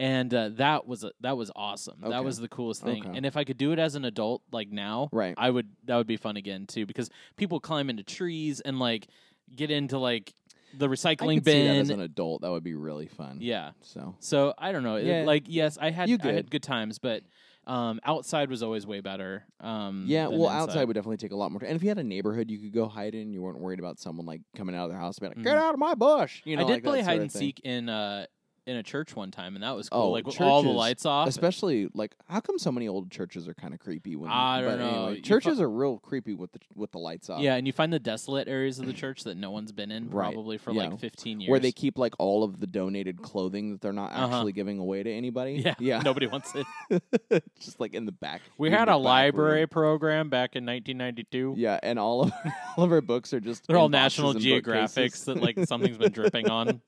[SPEAKER 1] and uh, that was a, that was awesome.
[SPEAKER 2] Okay.
[SPEAKER 1] That was the coolest thing.
[SPEAKER 2] Okay.
[SPEAKER 1] And if I could do it as an adult, like now,
[SPEAKER 2] Right.
[SPEAKER 1] I would. That would be fun again too because people climb into trees and like get into like the
[SPEAKER 2] I
[SPEAKER 1] recycling
[SPEAKER 2] could see that as
[SPEAKER 1] bin.
[SPEAKER 2] an adult. That would be really fun.
[SPEAKER 1] yeah.
[SPEAKER 2] So
[SPEAKER 1] So I don't know. It-
[SPEAKER 2] Yeah.
[SPEAKER 1] Like yes, I had
[SPEAKER 2] You
[SPEAKER 1] I
[SPEAKER 2] good.
[SPEAKER 1] had good times, but um, outside was always way better. Um,
[SPEAKER 2] yeah,
[SPEAKER 1] than
[SPEAKER 2] well,
[SPEAKER 1] inside.
[SPEAKER 2] outside would definitely take a lot more. time. And if you had a neighborhood, you could go hide in. You weren't worried about someone like coming out of their house, and be like,
[SPEAKER 1] Mhm.
[SPEAKER 2] "Get out of my bush!" You know,
[SPEAKER 1] I did
[SPEAKER 2] like that
[SPEAKER 1] play
[SPEAKER 2] sort
[SPEAKER 1] hide
[SPEAKER 2] of
[SPEAKER 1] and
[SPEAKER 2] thing.
[SPEAKER 1] seek in uh in a church one time, and that was cool.
[SPEAKER 2] Oh,
[SPEAKER 1] like with all the
[SPEAKER 2] churches,
[SPEAKER 1] lights off.
[SPEAKER 2] Especially like, how come so many old churches are kind of creepy? When
[SPEAKER 1] I don't
[SPEAKER 2] but
[SPEAKER 1] know.
[SPEAKER 2] anyway,
[SPEAKER 1] You
[SPEAKER 2] churches are real creepy with the with the lights off.
[SPEAKER 1] yeah, and you find the desolate areas of the church that no one's been in
[SPEAKER 2] Right,
[SPEAKER 1] probably for
[SPEAKER 2] yeah.
[SPEAKER 1] like fifteen years.
[SPEAKER 2] where they keep like all of the donated clothing that they're not
[SPEAKER 1] Uh-huh.
[SPEAKER 2] actually giving away to anybody.
[SPEAKER 1] yeah,
[SPEAKER 2] yeah,
[SPEAKER 1] nobody wants it.
[SPEAKER 2] just like in the back.
[SPEAKER 1] We
[SPEAKER 2] in
[SPEAKER 1] had a
[SPEAKER 2] the back room.
[SPEAKER 1] library program back in 1992.
[SPEAKER 2] Yeah, and all of all of our books are just
[SPEAKER 1] They're all
[SPEAKER 2] in boxes
[SPEAKER 1] National
[SPEAKER 2] and
[SPEAKER 1] Geographics
[SPEAKER 2] bookcases.
[SPEAKER 1] that like something's been dripping on.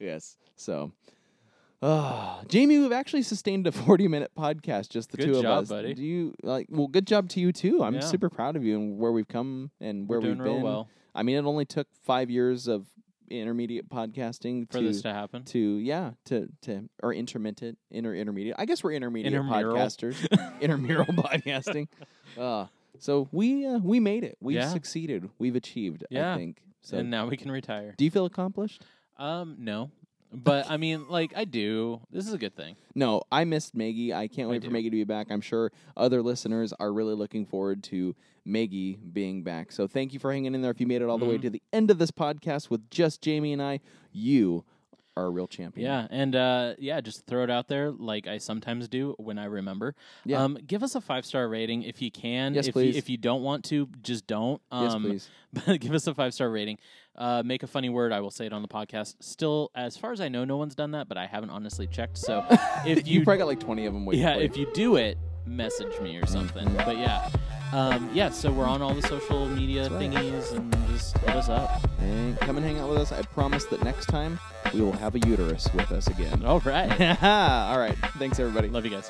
[SPEAKER 2] Yes. So, Ah, Jamie, we've actually sustained a forty-minute podcast just the
[SPEAKER 1] Good
[SPEAKER 2] two
[SPEAKER 1] job,
[SPEAKER 2] of us.
[SPEAKER 1] buddy.
[SPEAKER 2] Do you like? Well, good job to you too. I'm
[SPEAKER 1] Yeah.
[SPEAKER 2] super proud of you and where we've come and where
[SPEAKER 1] We're doing
[SPEAKER 2] have
[SPEAKER 1] real
[SPEAKER 2] been.
[SPEAKER 1] well
[SPEAKER 2] I mean, it only took five years of intermediate podcasting
[SPEAKER 1] for
[SPEAKER 2] to,
[SPEAKER 1] this to happen.
[SPEAKER 2] to yeah to to or intermittent inter intermediate. I guess we're intermediate
[SPEAKER 1] Intermural.
[SPEAKER 2] podcasters, intermural podcasting. Uh, so we uh, we made it. We've
[SPEAKER 1] Yeah.
[SPEAKER 2] succeeded. We've achieved.
[SPEAKER 1] Yeah.
[SPEAKER 2] I think. So
[SPEAKER 1] and now we can retire.
[SPEAKER 2] do you feel accomplished?
[SPEAKER 1] Um, no, but I mean, like, I do. This is a good thing.
[SPEAKER 2] No, I missed Maggie. I can't
[SPEAKER 1] I
[SPEAKER 2] wait for
[SPEAKER 1] do.
[SPEAKER 2] Maggie to be back. I'm sure other listeners are really looking forward to Maggie being back. So thank you for hanging in there. If you made it all the way
[SPEAKER 1] Mhm.
[SPEAKER 2] to the end of this podcast with just Jamie and I, you are a real champion.
[SPEAKER 1] Yeah, and uh, yeah, just throw it out there, like I sometimes do when I remember.
[SPEAKER 2] Yeah.
[SPEAKER 1] Um, give us a five star rating if you can.
[SPEAKER 2] Yes,
[SPEAKER 1] if
[SPEAKER 2] please.
[SPEAKER 1] You, if you don't want to, just don't. Um,
[SPEAKER 2] Yes, please.
[SPEAKER 1] but give us a five star rating. Uh, make a funny word. I will say it on the podcast. Still, as far as I know, no one's done that, but I haven't honestly checked. So if
[SPEAKER 2] You
[SPEAKER 1] you,
[SPEAKER 2] probably got like 20 of them waiting.
[SPEAKER 1] yeah,
[SPEAKER 2] for you.
[SPEAKER 1] if you do it, message me or something. But yeah, um, yeah. So we're on all the social media
[SPEAKER 2] That's right.
[SPEAKER 1] thingies and just hit us up.
[SPEAKER 2] Hey, come and hang out with us. I promise that next time we will have a uterus with us again.
[SPEAKER 1] All right,
[SPEAKER 2] all right. Thanks, everybody.
[SPEAKER 1] love you guys.